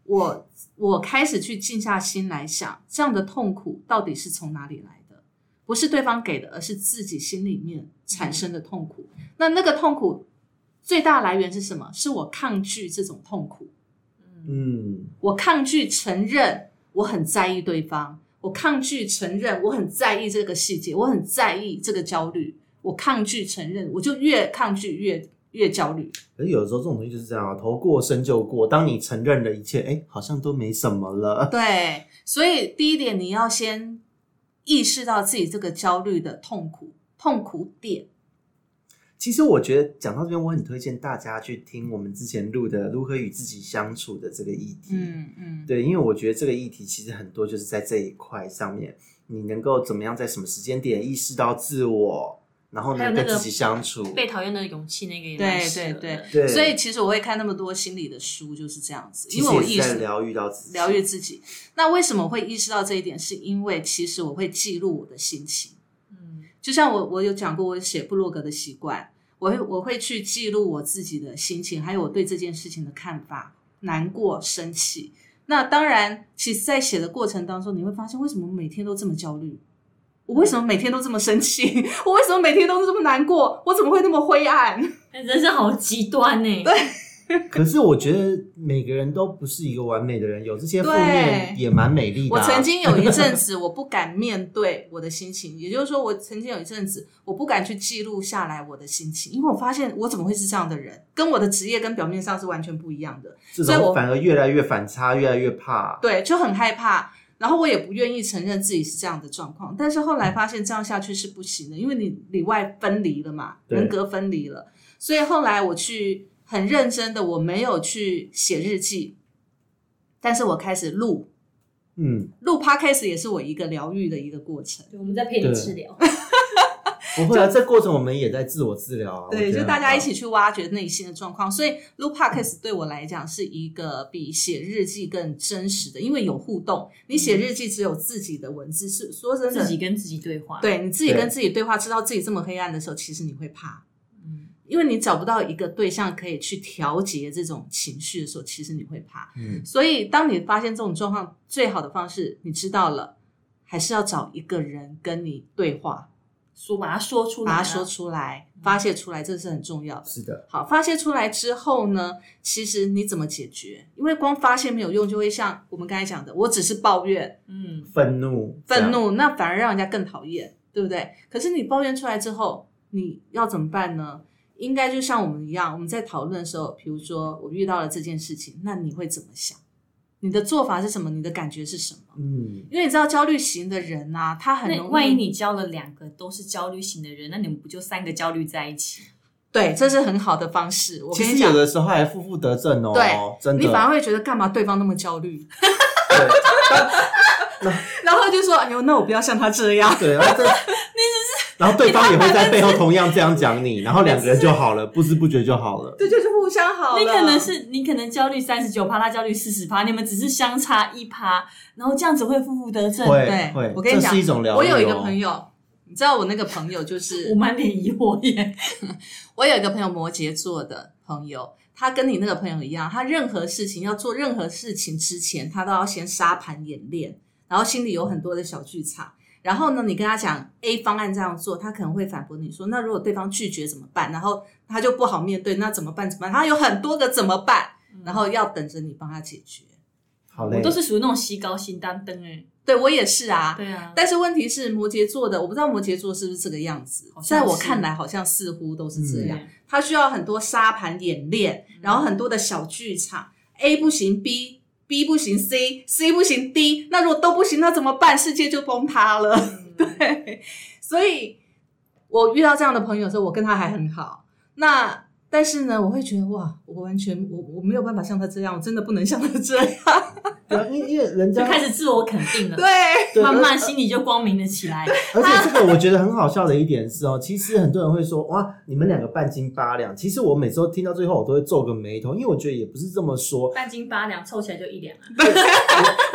Speaker 1: 我我开始去静下心来想，这样的痛苦到底是从哪里来的？不是对方给的，而是自己心里面产生的痛苦。那那个痛苦最大来源是什么？是我抗拒这种痛苦。
Speaker 3: 嗯，
Speaker 1: 我抗拒承认我很在意对方，我抗拒承认我很在意这个细节，我很在意这个焦虑，我抗拒承认，我就越抗拒越越焦虑。
Speaker 3: 可是有的时候这种东西就是这样啊，头过身就过。当你承认了一切，哎，好像都没什么了。
Speaker 1: 对，所以第一点，你要先意识到自己这个焦虑的痛苦痛苦点。
Speaker 3: 其实我觉得讲到这边，我很推荐大家去听我们之前录的《如何与自己相处》的这个议题。
Speaker 1: 嗯嗯，
Speaker 3: 对，因为我觉得这个议题其实很多就是在这一块上面，你能够怎么样在什么时间点意识到自我，然后
Speaker 4: 还有
Speaker 3: 呢
Speaker 4: 那
Speaker 3: 跟
Speaker 4: 个
Speaker 3: 自己相处。
Speaker 4: 被讨厌的勇气那个也蛮
Speaker 1: 对
Speaker 4: 适
Speaker 1: 对
Speaker 4: 合的
Speaker 1: 对
Speaker 3: 对，
Speaker 1: 所以其实我会看那么多心理的书，就是这样子，
Speaker 3: 其
Speaker 1: 因
Speaker 3: 实
Speaker 1: 为我
Speaker 3: 也
Speaker 1: 意
Speaker 3: 是在
Speaker 1: 识
Speaker 3: 疗愈到自己，
Speaker 1: 疗愈自己。那为什么会意识到这一点？是因为其实我会记录我的心情。
Speaker 4: 嗯
Speaker 1: 就像我我有讲过，我写部落格的习惯，我会我会去记录我自己的心情，还有我对这件事情的看法，难过、生气。那当然，其实，在写的过程当中，你会发现为什么每天都这么焦虑，我为什么每天都这么生气， 我为什么每天都这么难过，我怎么会那么灰暗？
Speaker 4: 但人生好极端欸呢、对，
Speaker 3: 可是我觉得每个人都不是一个完美的人，有这些负
Speaker 1: 对
Speaker 3: 面也蛮美丽的
Speaker 1: 我
Speaker 3: 啊、
Speaker 1: 曾经有一阵子，我不敢面对我的心情，也就是说，我曾经有一阵子，我不敢去记录下来我的心情，因为我发现我怎么会是这样的人，跟我的职业跟表面上是完全不一样的，
Speaker 3: 这
Speaker 1: 所以我
Speaker 3: 种反而越来越反差，越来越怕。
Speaker 1: 对，就很害怕。然后我也不愿意承认自己是这样的状况，但是后
Speaker 4: 嗯
Speaker 1: 来发现这样下去是不行的，因为你里外分离了嘛，
Speaker 3: 对
Speaker 1: 人格分离了。所以后来我去很认真的，我没有去写日记，但是我开始录
Speaker 3: 嗯，
Speaker 1: 录 podcast 也是我一个疗愈的一个过程。
Speaker 5: 我们在陪你治疗。
Speaker 3: 不会啊，这过程我们也在自我治疗啊。我
Speaker 1: 对，
Speaker 3: 觉得
Speaker 1: 就大
Speaker 3: 很
Speaker 1: 家
Speaker 3: 棒
Speaker 1: 一起去挖掘内心的状况。所以录 podcast 对我来讲是一个比写日记更真实的，因为有互动。你写日记只有自己的文字，是说真的，
Speaker 4: 嗯自己跟自己对话。，
Speaker 1: 对你自己
Speaker 3: 对
Speaker 1: 跟自己对话，知道自己这么黑暗的时候，其实你会怕，
Speaker 4: 嗯，
Speaker 1: 因为你找不到一个对象可以去调节这种情绪的时候，其实你会怕。
Speaker 3: 嗯，
Speaker 1: 所以，当你发现这种状况，最好的方式你知道了，还是要找一个人跟你对话，
Speaker 4: 说把它说出来、
Speaker 1: 把
Speaker 4: 啊，
Speaker 1: 它说出来，发泄出来，这是很重要的。
Speaker 3: 是的，
Speaker 1: 好，发泄出来之后呢，其实你怎么解决？因为光发泄没有用，就会像我们刚才讲的，我只是抱怨、
Speaker 4: 嗯，
Speaker 3: 愤怒，
Speaker 1: 愤，怒，那反而让人家更讨厌，对不对？可是你抱怨出来之后，你要怎么办呢？应该就像我们一样，我们在讨论的时候，比如说我遇到了这件事情，那你会怎么想？你的做法是什么？你的感觉是什么？
Speaker 3: 嗯，
Speaker 1: 因为你知道焦虑型的人呐、他很
Speaker 4: 那
Speaker 1: 容易，
Speaker 4: 万一你交了两个都是焦虑型的人，那你们不就三个焦虑在一起？
Speaker 1: 对，这是很好的方式。我
Speaker 3: 其
Speaker 1: 跟
Speaker 3: 实
Speaker 1: 你
Speaker 3: 有
Speaker 1: 讲，
Speaker 3: 的时候还负负得正哦，
Speaker 1: 对
Speaker 3: 真的。
Speaker 1: 你反而会觉得干嘛对方那么焦虑，
Speaker 3: 对
Speaker 1: 然后就说：“哎呦，那我不要像他这样。
Speaker 3: 对，然后这然后对方也会在背后同样这样讲你，然后两个人就好了，不知不觉就好”了。
Speaker 1: 这就是互相好了。
Speaker 4: 你可能是你可能焦虑三十九趴，他焦虑四十趴，你们只是相差一趴，然后这样子会负负得正。
Speaker 3: 会
Speaker 1: 对
Speaker 3: 会，
Speaker 1: 我跟你
Speaker 3: 这
Speaker 1: 讲
Speaker 3: 是一种疗愈哦。
Speaker 1: 我有一个朋友，你知道我那个朋友就是
Speaker 4: 我满脸疑惑耶，
Speaker 1: 我有一个朋友摩羯座的朋友，他跟你那个朋友一样，他任何事情要做任何事情之前，他都要先沙盘演练，然后心里有很多的小剧场。然后呢，你跟他讲 A 方案这样做，他可能会反驳你说：“那如果对方拒绝怎么办？”然后他就不好面对，那怎么办？怎么办？他有很多个怎么办，然后要等着你帮他解决。
Speaker 3: 好
Speaker 4: 我
Speaker 3: 嘞
Speaker 4: 都，是属于那种西高心担灯哎。
Speaker 1: 对我也是啊，
Speaker 4: 对啊，
Speaker 1: 但是问题是摩羯座的，我不知道摩羯座是不是这个样子
Speaker 4: 好，像
Speaker 1: 在
Speaker 4: 是
Speaker 1: 我看来好像似乎都是这样
Speaker 4: 嗯，
Speaker 1: 他需要很多沙盘演练，然后很多的小剧场，A 不行，B。B 不行，C C 不行，D 那如果都不行，那怎么办？世界就崩塌了。
Speaker 4: 嗯
Speaker 1: 对，所以我遇到这样的朋友的时候，我跟他还很好。那但是呢，我会觉得哇，我完全我我没有办法像他这样，我真的不能像他这 样。
Speaker 3: 对啊因为因为人
Speaker 4: 就
Speaker 3: 家
Speaker 4: 开始自我肯定了，
Speaker 1: 对，
Speaker 3: 对
Speaker 4: 慢
Speaker 3: 而
Speaker 4: 慢心里就光明了起来。
Speaker 3: 而
Speaker 1: 啊
Speaker 3: 且这个我觉得很好笑的一点是哦，其实很多人会说哇，你们两个半斤八两。其实我每次都听到最后，我都会皱个眉头，因为我觉得也不是这么说。
Speaker 4: 半斤八两，凑起来就一两啊。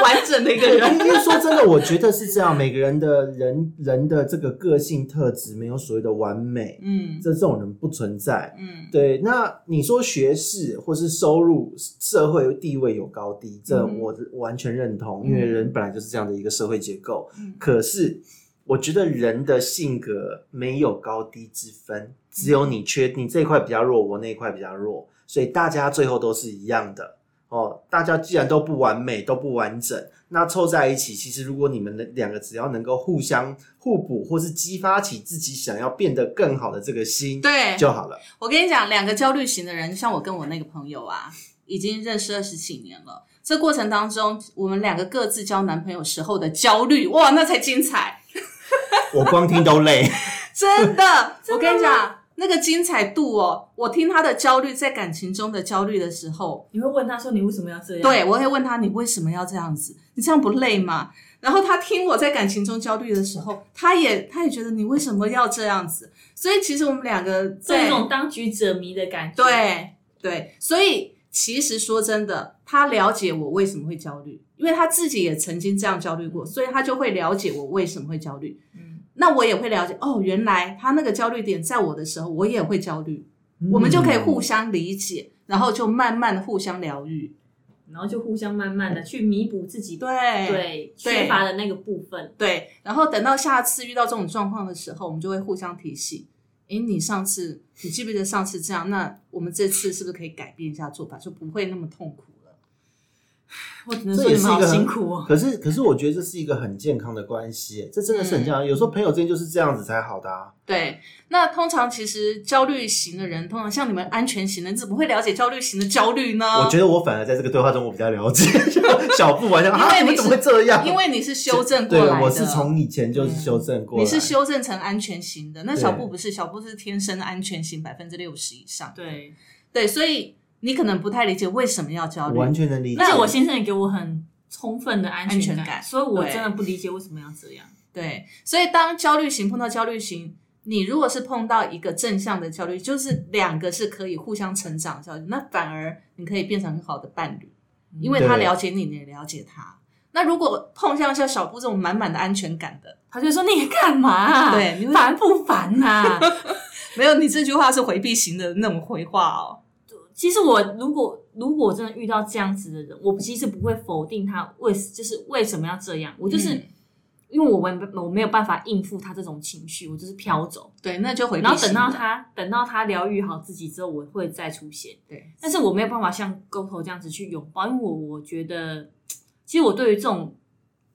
Speaker 1: 完整的一个
Speaker 3: 对，
Speaker 1: 人。
Speaker 3: 因为因为说真的，我觉得是这样，每个人的人人的这个个性特质没有所谓的完美，
Speaker 1: 嗯
Speaker 3: 这这种人不存在。
Speaker 1: 嗯，
Speaker 3: 对，那你说学士或是收入、社会地位有高低，这
Speaker 1: 嗯
Speaker 3: 我我完全认同，
Speaker 1: 嗯
Speaker 3: 因为人本来就是这样的一个社会结构。
Speaker 1: 嗯
Speaker 3: 可是，我觉得人的性格没有高低之分，只有
Speaker 1: 嗯
Speaker 3: 你缺你这一块比较弱，我那一块比较弱，所以大家最后都是一样的。哦，大家既然都不完美，都不完整，那凑在一起，其实如果你们两个只要能够互相互补，或是激发起自己想要变得更好的这个心，
Speaker 1: 对，
Speaker 3: 就好了。
Speaker 1: 我跟你讲，两个焦虑型的人，像我跟我那个朋友啊，已经认识二十几年了。这过程当中，我们两个各自交男朋友时候的焦虑，哇，那才精彩！
Speaker 3: 我光听都累。
Speaker 1: 真的，我跟你讲，那个精彩度哦，我听他的焦虑，在感情中的焦虑的时候，
Speaker 4: 你会问他说你为什么要这样？
Speaker 1: 对啊我会问他，你为什么要这样子？你这样不累吗？然后他听我在感情中焦虑的时候，他也他也觉得你为什么要这样子？所以其实我们两个
Speaker 4: 这
Speaker 1: 在
Speaker 4: 种当局者迷的感觉。，
Speaker 1: 对对，所以其实说真的，他了解我为什么会焦虑，因为他自己也曾经这样焦虑过，所以他就会了解我为什么会焦虑。
Speaker 4: 嗯，
Speaker 1: 那我也会了解哦，原来他那个焦虑点在我的时候，我也会焦虑，
Speaker 4: 嗯
Speaker 1: 我们就可以互相理解，然后就慢慢互相疗愈。
Speaker 4: 然后就互相慢慢的去弥补自己
Speaker 1: 对
Speaker 4: 对
Speaker 1: 对
Speaker 4: 缺乏的那个部分。
Speaker 1: 对，然后等到下次遇到这种状况的时候，我们就会互相提醒。诶，你上次你记不记得上次这样？那我们这次是不是可以改变一下做法，就不会那么痛苦了？
Speaker 4: 我只能
Speaker 3: 嗯这也是一个很
Speaker 4: 苦哦。
Speaker 3: 可是，可是我觉得这是一个很健康的关系，这真的是很
Speaker 1: 嗯
Speaker 3: 健康。有时候朋友之间就是这样子才好的啊。
Speaker 1: 对，那通常其实焦虑型的人，通常像你们安全型的，你怎么会了解焦虑型的焦虑呢？
Speaker 3: 我觉得我反而在这个对话中我比较了解 小布玩笑
Speaker 1: 因
Speaker 3: 啊，
Speaker 1: 为你
Speaker 3: 你们
Speaker 1: 是
Speaker 3: 怎么会这样？
Speaker 1: 因为你是修正过
Speaker 3: 对
Speaker 1: 来的，，
Speaker 3: 我是从以前就是修正过来。
Speaker 1: 你是修正成安全型的。那
Speaker 3: 对
Speaker 1: 小布不是，小布是天生安全型百分之六十以上。
Speaker 4: 对，
Speaker 1: 对，所以你可能不太理解为什么要焦
Speaker 3: 我
Speaker 1: 虑。
Speaker 3: 完全能理解。
Speaker 4: 而且我先生也给我很充分的安全
Speaker 1: 安全感
Speaker 4: 所以我
Speaker 1: 对
Speaker 4: 真的不理解为什么要这样。
Speaker 1: 对，所以当焦虑型碰到焦虑型，你如果是碰到一个正向的焦虑，就是两个是可以互相成长的焦虑，那反而你可以变成很好的伴侣，因为他
Speaker 3: 对
Speaker 1: 了解你，你也了解他。那如果碰上像小布这种满满的安全感的，
Speaker 4: 他就说你干嘛啊？
Speaker 1: 对你会
Speaker 4: 烦不烦啊呐、
Speaker 1: 没有，你这句话是回避型的那种回话哦。
Speaker 4: 其实我如果如果真的遇到这样子的人，我其实不会否定他为就是为什么要这样，我就是、
Speaker 1: 嗯
Speaker 4: 因为我们我没有办法应付他这种情绪，我就是飘走，
Speaker 1: 对，那就回避
Speaker 4: 然
Speaker 1: 型的。
Speaker 4: 后等到他等到他疗愈好自己之后，我会再出现，
Speaker 1: 对，
Speaker 4: 但是我没有办法像沟头这样子去拥抱，因为我我觉得其实我对于这种。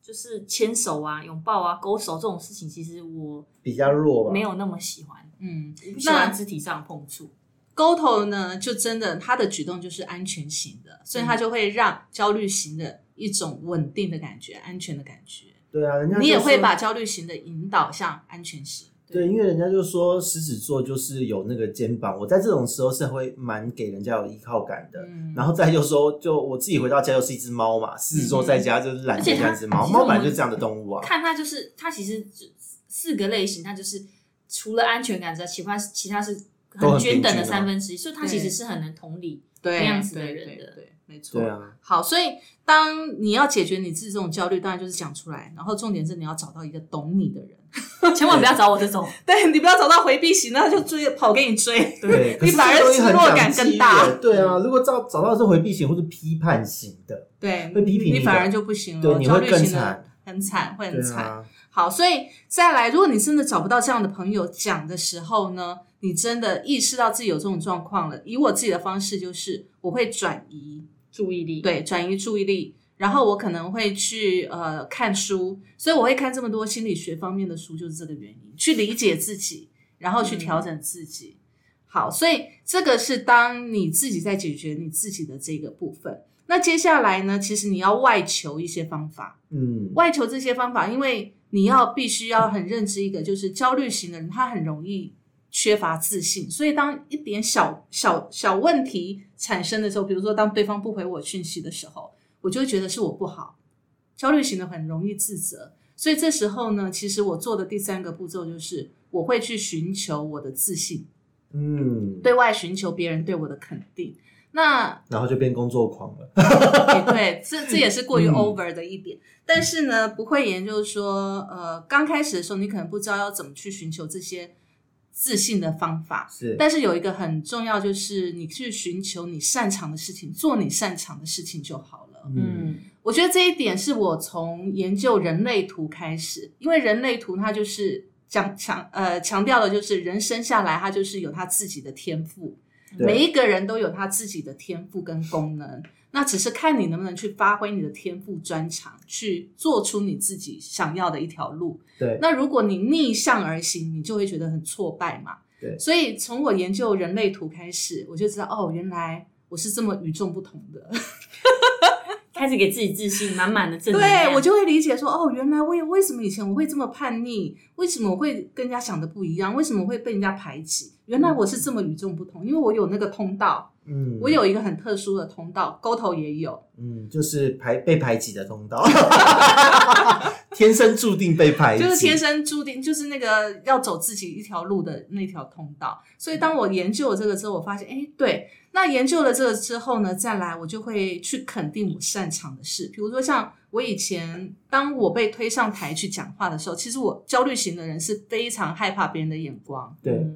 Speaker 4: 就是牵手啊、拥抱啊、勾手这种事情，其实我
Speaker 3: 比较弱吧，
Speaker 4: 没有那么喜欢，
Speaker 1: 嗯，
Speaker 4: 我不喜欢肢体上的碰触。
Speaker 1: 勾头呢，就真的他的举动就是安全型的，所以他就会让焦虑型的一种稳定的感觉、安全的感觉。
Speaker 3: 对啊，人家就
Speaker 1: 你也
Speaker 3: 说
Speaker 1: 会把焦虑型的引导向安全型。
Speaker 3: 对，因为人家就说狮子座就是有那个肩膀，我在这种时候是会蛮给人家有依靠感的。
Speaker 1: 嗯
Speaker 3: 然后再就说，就我自己回到家又是一只猫嘛，狮子座在
Speaker 1: 嗯
Speaker 3: 家就是懒
Speaker 4: 而
Speaker 3: 得
Speaker 4: 且它
Speaker 3: 像一只猫，
Speaker 4: 其实我
Speaker 3: 猫
Speaker 4: 们
Speaker 3: 本来就是这样的动物啊。
Speaker 4: 看它就是
Speaker 5: 是它其实只四个类型，它就是除了安全感之外，其他其他是
Speaker 3: 都很
Speaker 5: 很均等
Speaker 3: 平均啊
Speaker 5: 的三分之一，所以它
Speaker 1: 对
Speaker 5: 其实是很能同理。
Speaker 1: 对
Speaker 5: 那样子的
Speaker 1: 对
Speaker 5: 人
Speaker 1: 对
Speaker 5: 的
Speaker 1: 对，没错。
Speaker 3: 对啊，
Speaker 1: 好，所以当你要解决你自己这种焦虑，当然就是讲出来，然后重点是你要找到一个懂你的人。
Speaker 4: 千万不要找我这种，
Speaker 1: 对你不要找到回避型，那就追跑给你追。
Speaker 3: 对，可是
Speaker 1: 反而
Speaker 3: 这个东西很
Speaker 1: 失落
Speaker 3: 讲
Speaker 1: 感
Speaker 3: 激
Speaker 1: 更
Speaker 3: 烈
Speaker 1: 大
Speaker 3: 对啊，如果找找到是回避型或者批判型的，
Speaker 1: 对，
Speaker 3: 会批评
Speaker 1: 你
Speaker 3: 你
Speaker 1: 反
Speaker 3: 的
Speaker 1: 而就不行
Speaker 3: 对
Speaker 1: 了，，
Speaker 3: 你
Speaker 1: 焦
Speaker 3: 会
Speaker 1: 虑
Speaker 3: 更
Speaker 1: 型的
Speaker 3: 惨。
Speaker 1: 很惨，会很
Speaker 3: 对
Speaker 1: 惨。
Speaker 3: 啊，
Speaker 1: 好，所以再来，如果你真的找不到这样的朋友讲的时候呢，你真的意识到自己有这种状况了。以我自己的方式就是，我会转移，
Speaker 5: 注意力，
Speaker 1: 对，转移注意力，然后我可能会去呃看书，所以我会看这么多心理学方面的书，就是这个原因，去理解自己，然后去
Speaker 5: 嗯
Speaker 1: 调整自己。好，所以这个是当你自己在解决你自己的这个部分。那接下来呢，其实你要外求一些方法，
Speaker 3: 嗯，
Speaker 1: 外求这些方法，因为你要必须要很认知一个，就是焦虑型的人，他很容易缺乏自信，所以当一点小小小问题产生的时候，比如说当对方不回我讯息的时候，我就会觉得是我不好。焦虑型的很容易自责，所以这时候呢，其实我做的第三个步骤就是我会去寻求我的自信，
Speaker 3: 嗯，
Speaker 1: 对外寻求别人对我的肯定。那
Speaker 3: 然后就变工作狂了。
Speaker 1: 也对，这这也是过于
Speaker 3: 嗯
Speaker 1: over 的一点。但是呢，不会研究说，呃，刚开始的时候，你可能不知道要怎么去寻求这些自信的方法。
Speaker 3: 是，
Speaker 1: 但是有一个很重要，就是你去寻求你擅长的事情，做你擅长的事情就好了。
Speaker 3: 嗯，
Speaker 1: 我觉得这一点是我从研究人类图开始，因为人类图它就是讲强呃强调的就是人生下来他就是有他自己的天赋，
Speaker 3: 嗯对
Speaker 1: 每一个人都有他自己的天赋跟功能，那只是看你能不能去发挥你的天赋专长，去做出你自己想要的一条路。
Speaker 3: 对，
Speaker 1: 那如果你逆向而行，你就会觉得很挫败嘛。
Speaker 3: 对
Speaker 1: 所以从我研究人类图开始，我就知道哦，原来我是这么与众不同的。
Speaker 4: 开始给自己自信，满满的正能量。
Speaker 1: 对我就会理解说，哦，原来我也为什么以前我会这么叛逆，为什么我会跟人家想的不一样，为什么会被人家排挤？原
Speaker 4: 嗯
Speaker 1: 来我是这么与众不同，因为我有那个通道，
Speaker 3: 嗯，
Speaker 1: 我有一个很特殊的通道，沟头也有。
Speaker 3: 嗯，就是排被排挤的通道， 天生注定被排挤，
Speaker 1: 就是天生注定，就是那个要走自己一条路的那条通道。所以当我研究了这个之后，我发现，哎，对，那研究了这个之后呢，再来我就会去肯定我擅长的事，比如说像我以前，当我被推上台去讲话的时候，其实我焦虑型的人是非常害怕别人的眼光，
Speaker 3: 对，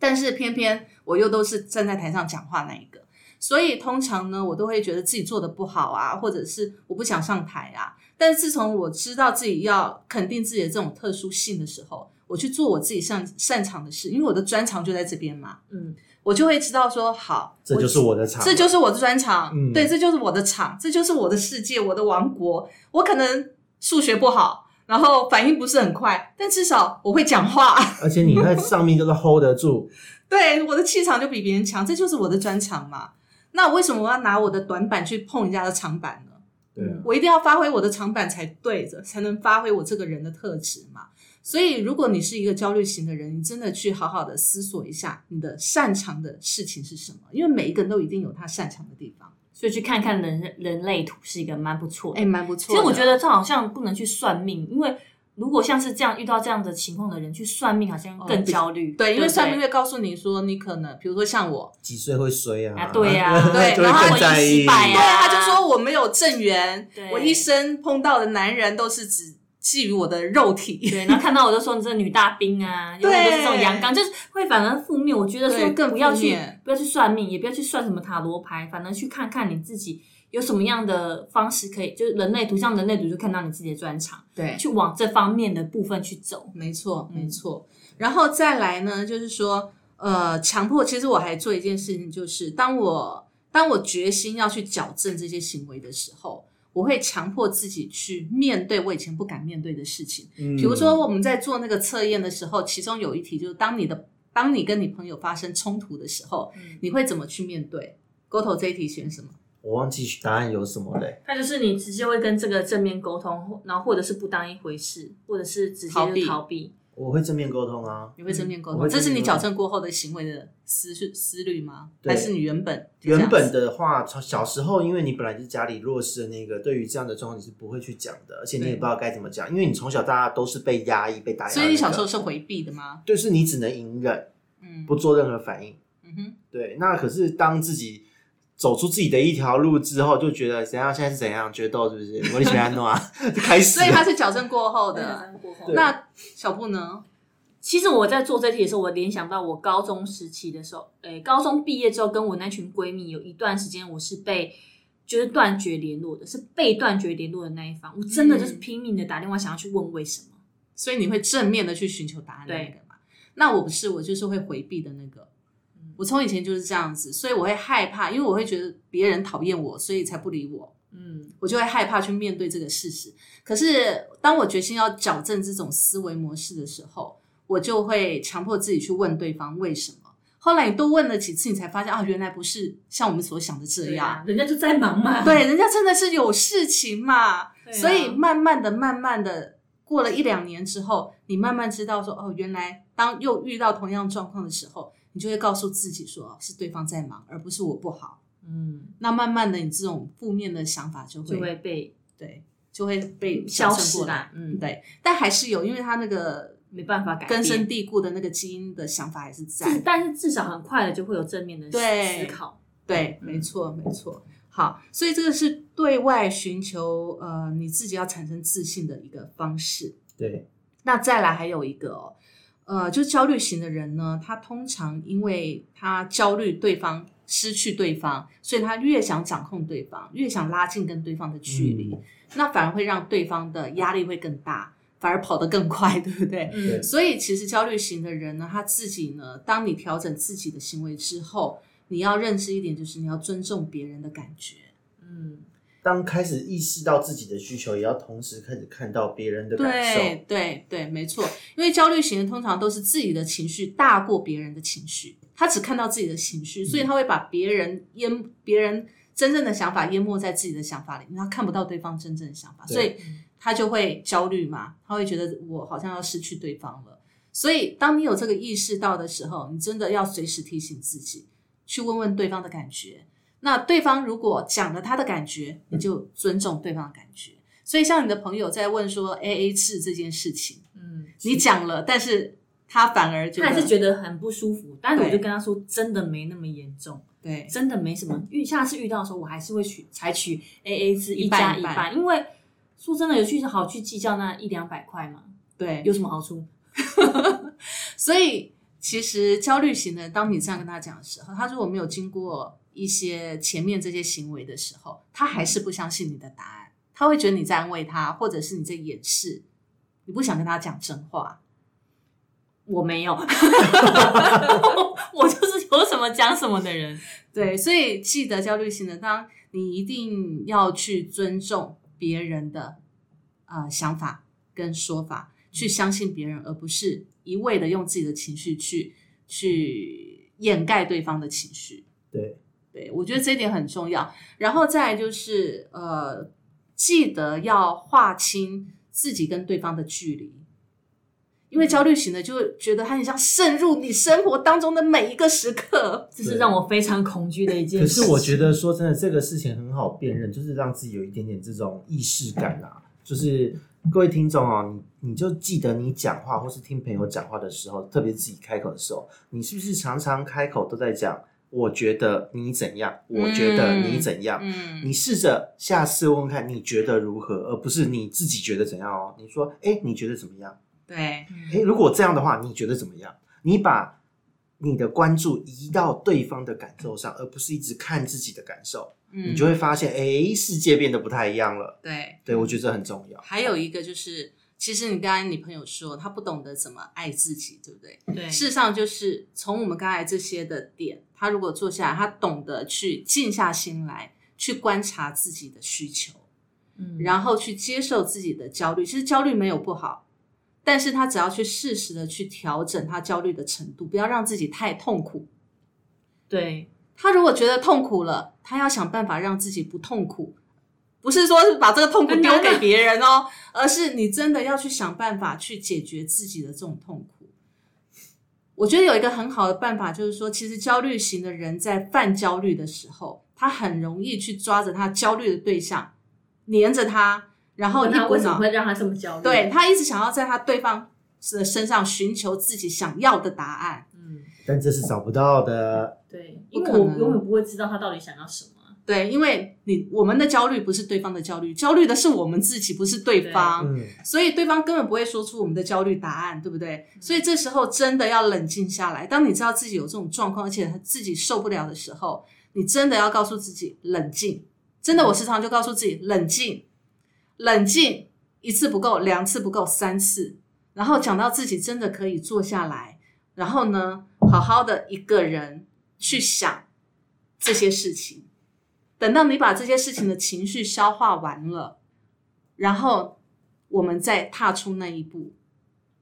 Speaker 1: 但是偏偏我又都是站在台上讲话那一个，所以通常呢，我都会觉得自己做的不好啊，或者是我不想上台啊。但是自从我知道自己要肯定自己的这种特殊性的时候，我去做我自己擅擅长的事，因为我的专长就在这边嘛，
Speaker 5: 嗯，
Speaker 1: 我就会知道说，好，
Speaker 3: 这就是我的场，啊
Speaker 1: 这就是我的专长，
Speaker 3: 嗯
Speaker 1: 对，这就是我的场，这就是我的世界，我的王国。我可能数学不好，然后反应不是很快，但至少我会讲话。
Speaker 3: 而且你在上 面就是 hold 得住，
Speaker 1: 对，我的气场就比别人强，这就是我的专长嘛。那为什么我要拿我的短板去碰人家的长板呢？
Speaker 3: 对啊，
Speaker 1: 我一定要发挥我的长板才对着，才能发挥我这个人的特质嘛。所以，如果你是一个焦虑型的人，你真的去好好的思索一下你的擅长的事情是什么，因为每一个人都一定有他擅长的地方。
Speaker 4: 所以去看看人人类图是一个蛮不错的。
Speaker 1: 哎，蛮不错
Speaker 4: 其
Speaker 1: 的。
Speaker 4: 实我觉得这好像不能去算命，因为如果像是这样遇到这样的情况的人去算命，好像
Speaker 1: 哦
Speaker 4: 更
Speaker 1: 比
Speaker 4: 焦虑。
Speaker 1: 对，因为
Speaker 4: 不
Speaker 1: 算命会告诉你说，你可能，比如说像我，
Speaker 3: 几岁会衰啊，
Speaker 4: 啊对啊
Speaker 1: 对
Speaker 3: 就
Speaker 1: 然
Speaker 3: 会
Speaker 1: 后
Speaker 3: 更在意
Speaker 4: 我一失，败
Speaker 1: 对，
Speaker 4: 啊
Speaker 1: 他就 说我没有正缘，
Speaker 4: 对
Speaker 1: 我一生碰到的男人都是只觊觎我的肉体。
Speaker 4: 对，然后看到我就说你这女大兵啊，永远都是这种阳刚，就是会反而负面。我觉得
Speaker 1: 对
Speaker 4: 说
Speaker 1: 更
Speaker 4: 不要
Speaker 1: 负
Speaker 4: 去
Speaker 1: 面
Speaker 4: 不要去算命，也不要去算什么塔罗牌，反而去看看你自己有什么样的方式可以，就是人类图像人类图就看到你自己的专长，
Speaker 1: 对
Speaker 4: 去往这方面的部分去走。
Speaker 1: 没错，
Speaker 4: 嗯
Speaker 1: 没错。然后再来呢，就是说，呃，强迫。其实我还做一件事情，就是当我当我决心要去矫正这些行为的时候，我会强迫自己去面对我以前不敢面对的事情。
Speaker 3: 比
Speaker 1: 比如说，我们在做那个测验的时候，其中有一题就是当你的当你跟你朋友发生冲突的时候，
Speaker 3: 嗯
Speaker 1: 你会怎么去面对？勾头这一题选什么？
Speaker 3: 我忘记答案有什么
Speaker 1: 嗯
Speaker 3: 嘞，
Speaker 4: 那就是你直接会跟这个正面沟通，然后或者是不当一回事，或者是直接
Speaker 1: 逃避
Speaker 4: 就逃避。
Speaker 3: 我会正面沟通啊。
Speaker 1: 你会正面沟
Speaker 3: 我
Speaker 1: 通，
Speaker 3: 会
Speaker 1: 这是
Speaker 3: 正
Speaker 1: 你
Speaker 3: 面沟
Speaker 1: 矫
Speaker 3: 通
Speaker 1: 正过后的行为的思绪思虑吗？
Speaker 3: 对
Speaker 1: 还是你原本就这
Speaker 3: 原
Speaker 1: 样子
Speaker 3: 本的话，从小时候，因为你本来就是家里弱势的那个，对于这样的状况你是不会去讲的，而且你也
Speaker 1: 对
Speaker 3: 不知道该怎么讲，因为你从小到大都是被压抑、被打压的那个。
Speaker 1: 所以你小时候是回避的吗？
Speaker 3: 就是你只能隐忍，
Speaker 1: 嗯，
Speaker 3: 不做任何反应。
Speaker 1: 嗯哼，
Speaker 3: 对，那可是当自己走出自己的一条路之后，就觉得怎样，现在是怎样决斗，是不是？我你喜欢 弄啊，就开始
Speaker 1: 所
Speaker 3: 了。
Speaker 1: 以他是矫正过后的。
Speaker 3: 对
Speaker 5: 对
Speaker 1: 那小布呢？
Speaker 4: 啊其实我在做这题的时候，我联想到我高中时期的时候，诶，高中毕业之后，跟我那群闺蜜有一段时间，我是被就是断绝联络的，是被断绝联络的那一方。我真的就是
Speaker 1: 嗯
Speaker 4: 拼命的打电话，想要去问为什么。
Speaker 1: 所以你会正面的去寻求答案的那个嘛？那我不是，我就是会回避的那个。
Speaker 5: 嗯
Speaker 1: 我从以前就是这样子，所以我会害怕，因为我会觉得别人讨厌我，所以才不理我。
Speaker 5: 嗯，
Speaker 1: 我就会害怕去面对这个事实。可是当我决心要矫正这种思维模式的时候，我就会强迫自己去问对方为什么。后来你多问了几次，你才发现啊，原来不是像我们所想的
Speaker 4: 啊
Speaker 1: 这
Speaker 5: 对啊
Speaker 1: 样
Speaker 5: 呀。，人家就在忙 嘛，
Speaker 1: 对，人家真的是有事情嘛，
Speaker 5: 对啊
Speaker 1: 所以慢慢的、慢慢的，过了一两年之后，你慢慢知道说，哦，原来当又遇到同样状况的时候，你就会告诉自己说，哦是对方在忙，而不是我不好。
Speaker 5: 嗯，
Speaker 1: 那慢慢的，你这种负面的想法就
Speaker 4: 就会被
Speaker 1: 对，就会被
Speaker 4: 消
Speaker 1: 矫正
Speaker 4: 失
Speaker 1: 过来。
Speaker 4: 啦，嗯，
Speaker 1: 对，但还是有，因为他那个
Speaker 4: 没办法改变
Speaker 1: 根深蒂固的那个基因的想法还是
Speaker 4: 至
Speaker 1: 在。
Speaker 4: 但是至少很快的就会有正面的思
Speaker 1: 对
Speaker 4: 思考，
Speaker 1: 对，没错，没错。好，所以这个是对外寻求呃你自己要产生自信的一个方式。
Speaker 3: 对，
Speaker 1: 那再来还有一个哦，呃，就焦虑型的人呢，他通常因为他焦虑对方失去对方，所以他越想掌控对方，越想拉近跟对方的距离，
Speaker 3: 嗯
Speaker 1: 那反而会让对方的压力会更大，反而跑得更快，对不对？
Speaker 5: 嗯
Speaker 3: 对
Speaker 1: 所以其实焦虑型的人呢，他自己呢，当你调整自己的行为之后，你要认识一点，就是你要尊重别人的感觉。
Speaker 5: 嗯，
Speaker 3: 当开始意识到自己的需求，也要同时开始看到别人的感受。
Speaker 1: 对对对，没错，因为焦虑型的通常都是自己的情绪大过别人的情绪，他只看到自己的情绪，
Speaker 3: 嗯
Speaker 1: 所以他会把别人淹别人真正的想法淹没在自己的想法里，他看不到对方真正的想法，
Speaker 3: 对嗯
Speaker 1: 所以他就会焦虑嘛，他会觉得我好像要失去对方了。所以当你有这个意识到的时候，你真的要随时提醒自己，去问问对方的感觉。那对方如果讲了他的感觉，
Speaker 3: 嗯
Speaker 1: 你就尊重对方的感觉。所以像你的朋友在问说 A A 制这件事情，
Speaker 5: 嗯，
Speaker 1: 你讲了，但是他反而觉
Speaker 4: 他
Speaker 1: 得
Speaker 4: 还是觉得很不舒服，但是我
Speaker 1: 对
Speaker 4: 就跟他说，真的没那么严重。
Speaker 1: 对
Speaker 4: 真的没什么。遇下次遇到的时候，我还是会取采取 A A 制
Speaker 1: 一
Speaker 4: 一
Speaker 1: 半
Speaker 4: 加
Speaker 1: 一
Speaker 4: 一
Speaker 1: 半
Speaker 4: 半，因为说真的，有去好去计较那一两百块嘛，
Speaker 1: 对
Speaker 4: 有什么好处？
Speaker 1: 所以其实焦虑型的，当你这样跟他讲的时候，他如果没有经过一些前面这些行为的时候，他还是不相信你的答案，他会觉得你在安慰他，或者是你在掩饰，你不想跟他讲真话。
Speaker 4: 我没 有，我就是有什么讲什么的人。
Speaker 1: 对，所以记得焦虑型的，当你一定要去尊重别人的呃想法跟说法，去相信别人，而不是一味的用自己的情绪去去掩盖对方的情绪。
Speaker 3: 对
Speaker 1: 对，我觉得这一点很重要。然后再来就是呃，记得要划清自己跟对方的距离，因为焦虑型的就会觉得他很像渗入你生活当中的每一个时刻。
Speaker 4: 这是让我非常恐惧的一件
Speaker 3: 可
Speaker 4: 事。
Speaker 3: 是我觉得说真的，这个事情很好辨认，就是让自己有一点点这种意识感啊。就是各位听众哦，你你就记得你讲话或是听朋友讲话的时候，特别自己开口的时候，你是不是常常开口都在讲“我觉得你怎样”，“我觉得你怎样”，
Speaker 1: 嗯
Speaker 3: 你试着下次问问看你觉得如何，而不是你自己觉得怎样哦。你说，哎，你觉得怎么样？
Speaker 1: 对，
Speaker 3: 哎，如果这样的话，你觉得怎么样？你把你的关注移到对方的感受上，而不是一直看自己的感受，
Speaker 1: 嗯
Speaker 3: 你就会发现，哎，世界变得不太一样了。
Speaker 1: 对。
Speaker 3: 对，我觉得这很重要。
Speaker 1: 还有一个就是，其实你刚才你朋友说他不懂得怎么爱自己，对不对？
Speaker 5: 对，
Speaker 1: 事实上，就是从我们刚才这些的点，他如果坐下来，他懂得去静下心来，去观察自己的需求，
Speaker 5: 嗯，
Speaker 1: 然后去接受自己的焦虑。其实焦虑没有不好，但是他只要去适时的去调整他焦虑的程度，不要让自己太痛苦。
Speaker 4: 对，
Speaker 1: 他如果觉得痛苦了，他要想办法让自己不痛苦，不是说是把这个痛苦
Speaker 5: 很
Speaker 1: 丢
Speaker 5: 难
Speaker 1: 给
Speaker 5: 啊
Speaker 1: 别人哦， 而是你真的要去想办法去解决自己的这种痛苦。我觉得有一个很好的办法，就是说，其实焦虑型的人在犯焦虑的时候，他很容易去抓着他焦虑的对象，黏着他，然后一
Speaker 5: 那
Speaker 1: 股
Speaker 5: 为什么
Speaker 1: 脑
Speaker 5: 会让他这么焦虑？
Speaker 1: 对，他一直想要在他对方的身上寻求自己想要的答案。
Speaker 5: 嗯，
Speaker 3: 但这是找不到的。
Speaker 5: 对，
Speaker 1: 不
Speaker 5: 因为
Speaker 1: 可
Speaker 5: 我
Speaker 1: 能
Speaker 5: 永远不会知道他到底想要什么。
Speaker 4: 啊
Speaker 1: 对，因为你我们的焦虑不是对方的焦虑，焦虑的是我们自己，不是对方，
Speaker 3: 嗯，
Speaker 1: 所以对方根本不会说出我们的焦虑答案，对不对？所以这时候真的要冷静下来。当你知道自己有这种状况，而且自己受不了的时候，你真的要告诉自己冷静。真的，我时常就告诉自己冷静，冷静一次不够，两次不够，三次。然后讲到自己真的可以坐下来，然后呢，好好的一个人去想这些事情。等到你把这些事情的情绪消化完了，然后我们再踏出那一步，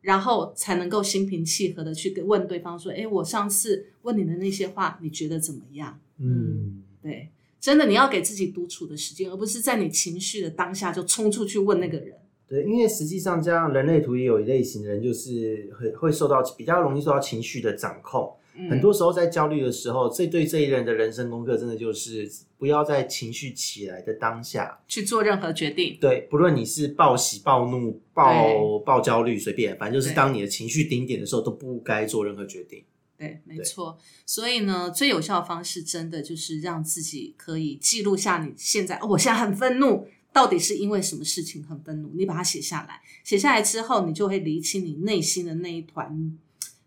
Speaker 1: 然后才能够心平气和的去跟问对方说：“哎，我上次问你的那些话，你觉得怎么样
Speaker 3: 嗯，？”
Speaker 1: 对，真的你要给自己独处的时间，而不是在你情绪的当下就冲出去问那个人。
Speaker 3: 对，因为实际上，这样人类图也有一类型的人，就是会会受到比较容易受到情绪的掌控。
Speaker 1: 嗯
Speaker 3: 很多时候在焦虑的时候，这对这一人的人生功课，真的就是不要在情绪起来的当下，
Speaker 1: 去做任何决定，
Speaker 3: 对，不论你是暴喜、暴怒、暴
Speaker 1: 对
Speaker 3: 暴焦虑，随便，反正就是
Speaker 1: 对
Speaker 3: 当你的情绪顶点的时候，都不该做任何决定。
Speaker 1: 对，没
Speaker 3: 对
Speaker 1: 错。所以呢，最有效的方式，真的就是让自己可以记录下你现在，哦，我现在很愤怒，到底是因为什么事情很愤怒？你把它写下来，写下来之后，你就会理清你内心的那一团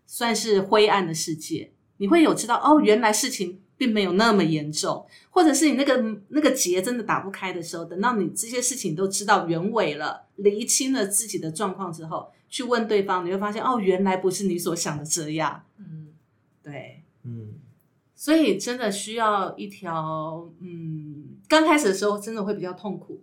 Speaker 1: 算是灰暗的世界。你会有知道，哦，原来事情并没有那么严重，或者是你那个那个结真的打不开的时候，等到你这些事情都知道原委了，理清了自己的状况之后，去问对方，你会发现，哦，原来不是你所想的这样。
Speaker 5: 嗯，
Speaker 1: 对，
Speaker 3: 嗯，
Speaker 1: 所以真的需要一条，嗯，刚开始的时候真的会比较痛苦，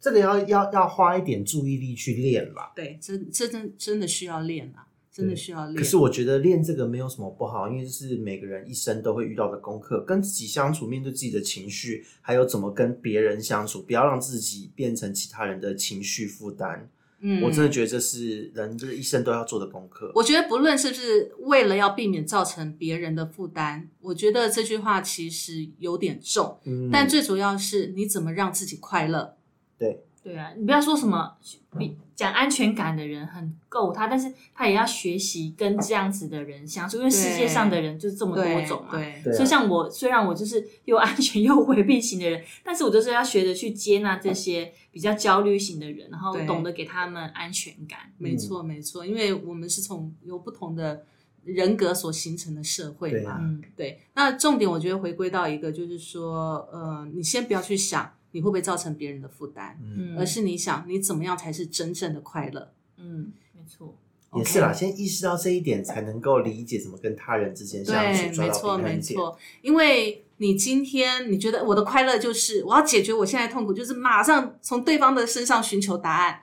Speaker 3: 这个要要要花一点注意力去练吧。
Speaker 1: 对，真这真真的需要练啊，真的需要练。
Speaker 3: 可是我觉得练这个没有什么不好，因为就是每个人一生都会遇到的功课，跟自己相处，面对自己的情绪，还有怎么跟别人相处，不要让自己变成其他人的情绪负担。
Speaker 1: 嗯
Speaker 3: 我真的觉得这是人这一生都要做的功课。
Speaker 1: 我觉得不论是不是为了要避免造成别人的负担，我觉得这句话其实有点重，
Speaker 3: 嗯
Speaker 1: 但最主要是你怎么让自己快乐。
Speaker 5: 对啊，你不要说什么比讲安全感的人很够他，但是他也要学习跟这样子的人相处，因为世界上的人就是这么多
Speaker 1: 对
Speaker 5: 种嘛。
Speaker 1: 对
Speaker 3: 对啊
Speaker 5: 所以像我，虽然我就是又安全又回避型的人，但是我就是要学着去接纳这些比较焦虑型的人，然后
Speaker 1: 对
Speaker 5: 懂得给他们安全感。
Speaker 1: 没错没错，因为我们是从由不同的人格所形成的社会
Speaker 3: 对
Speaker 1: 嘛，
Speaker 3: 啊
Speaker 5: 嗯，
Speaker 1: 对，那重点我觉得回归到一个，就是说，呃，你先不要去想你会不会造成别人的负担，
Speaker 3: 嗯，
Speaker 1: 而是你想你怎么样才是真正的快乐。
Speaker 5: 嗯，没错，
Speaker 3: 也是啦
Speaker 1: OK
Speaker 3: 先意识到这一点，才能够理解怎么跟他人之间相
Speaker 1: 对
Speaker 3: 处，，抓
Speaker 1: 没
Speaker 3: 到
Speaker 1: 错，
Speaker 3: 平
Speaker 1: 没
Speaker 3: 衡点。
Speaker 1: 错，因为你今天你觉得我的快乐就是我要解决我现在的痛苦，就是马上从对方的身上寻求答案，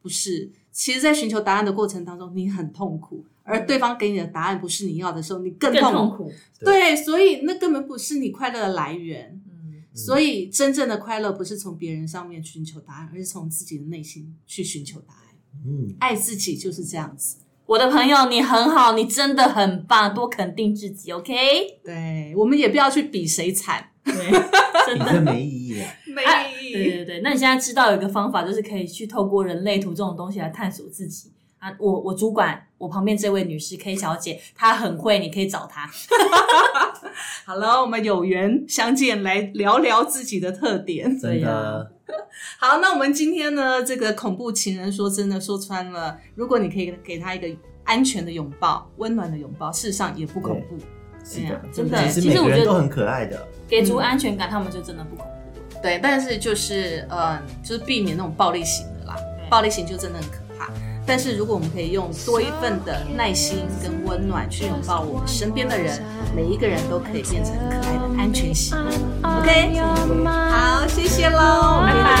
Speaker 1: 不是？其实，在寻求答案的过程当中，你很痛苦，
Speaker 3: 嗯
Speaker 1: 而对方给你的答案不是你要的时候，你更
Speaker 5: 更
Speaker 1: 痛
Speaker 5: 痛苦。
Speaker 1: 对，所以那根本不是你快乐的来源。
Speaker 5: 嗯，
Speaker 1: 所以，真正的快乐不是从别人上面寻求答案，而是从自己的内心去寻求答案。
Speaker 3: 嗯，
Speaker 1: 爱自己就是这样子。
Speaker 5: 我的朋友，你很好，你真的很棒，多肯定自己，OK？
Speaker 1: 对，我们也不要去比谁惨，
Speaker 5: 对，真
Speaker 3: 比这
Speaker 5: 的。
Speaker 3: 嗯没意义 啊。
Speaker 1: 没
Speaker 5: 啊对对对，那你现在知道有一个方法，就是可以去透过人类图这种东西来探索自己啊。我我主管，我旁边这位女士 K 小姐，她很会，你可以找她。
Speaker 1: 好了，我们有缘相见，来聊聊自己的特点。
Speaker 3: 真
Speaker 5: 对
Speaker 3: 的
Speaker 5: 啊，
Speaker 1: 好，那我们今天呢，这个恐怖情人说真的说穿了，如果你可以给他一个安全的拥抱、温暖的拥抱，事实上也不恐怖。
Speaker 3: 是
Speaker 1: 对
Speaker 3: 的
Speaker 1: 啊，
Speaker 5: 真的
Speaker 3: 其
Speaker 5: 其
Speaker 3: 实
Speaker 5: 实
Speaker 3: 每个
Speaker 5: 我
Speaker 3: 人
Speaker 5: 觉得
Speaker 3: 都很可爱的。
Speaker 5: 给足安全感，他们就真的不恐怖。
Speaker 1: 对，但是就是呃，就是避免那种暴力型的啦，
Speaker 5: 对
Speaker 1: 暴力型就真的很可怕。但是如果我们可以用多一份的耐心跟温暖去拥抱我们身边的人，每一个人都可以变成可爱的安全型。
Speaker 2: I'm
Speaker 1: OK，
Speaker 2: on your mind.
Speaker 1: 好，谢谢喽，拜拜。